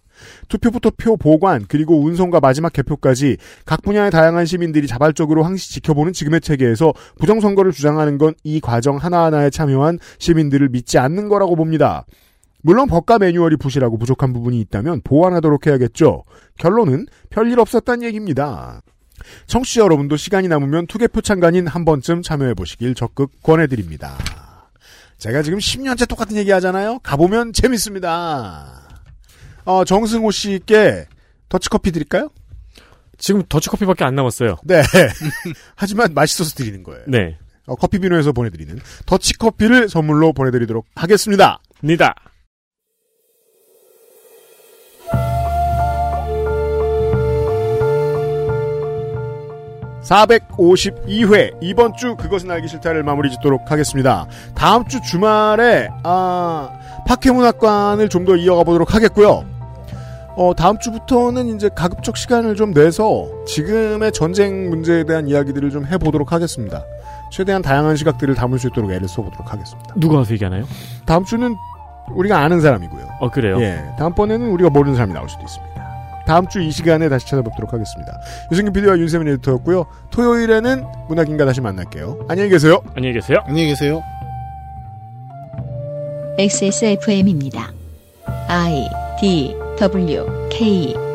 투표부터 표 보관 그리고 운송과 마지막 개표까지 각 분야의 다양한 시민들이 자발적으로 항시 지켜보는 지금의 체계에서 부정선거를 주장하는 건 이 과정 하나하나에 참여한 시민들을 믿지 않는 거라고 봅니다. 물론 법과 매뉴얼이 부실하고 부족한 부분이 있다면 보완하도록 해야겠죠. 결론은 별일 없었단 얘기입니다. 청취자 여러분도 시간이 남으면 투개표 참관인 한 번쯤 참여해보시길 적극 권해드립니다. 제가 지금 10년째 똑같은 얘기 하잖아요? 가보면 재밌습니다. 어, 정승호 씨께 더치커피 드릴까요?
지금 더치커피밖에 안 남았어요.
네. 하지만 맛있어서 드리는 거예요.
네.
어, 커피비노에서 보내드리는 더치커피를 선물로 보내드리도록 하겠습니다.
니다.
(452회) 이번 주 그것은 알기 싫다를 마무리 짓도록 하겠습니다 다음 주 주말에 아 파케문학관을 좀 더 이어가 보도록 하겠고요 어 다음 주부터는 이제 가급적 시간을 좀 내서 지금의 전쟁 문제에 대한 이야기들을 좀 해보도록 하겠습니다 최대한 다양한 시각들을 담을 수 있도록 애를 써보도록 하겠습니다
누가 와서 얘기하나요?
다음 주는 우리가 아는 사람이고요
어 그래요?
예 다음번에는 우리가 모르는 사람이 나올 수도 있습니다 다음 주 이 시간에 다시 찾아뵙도록 하겠습니다. 유승균 PD와 윤세민 에디터였고요. 토요일에는 문학인과 다시 만날게요. 안녕히 계세요.
안녕히 계세요.
안녕히 계세요.
XSFM입니다. I D W K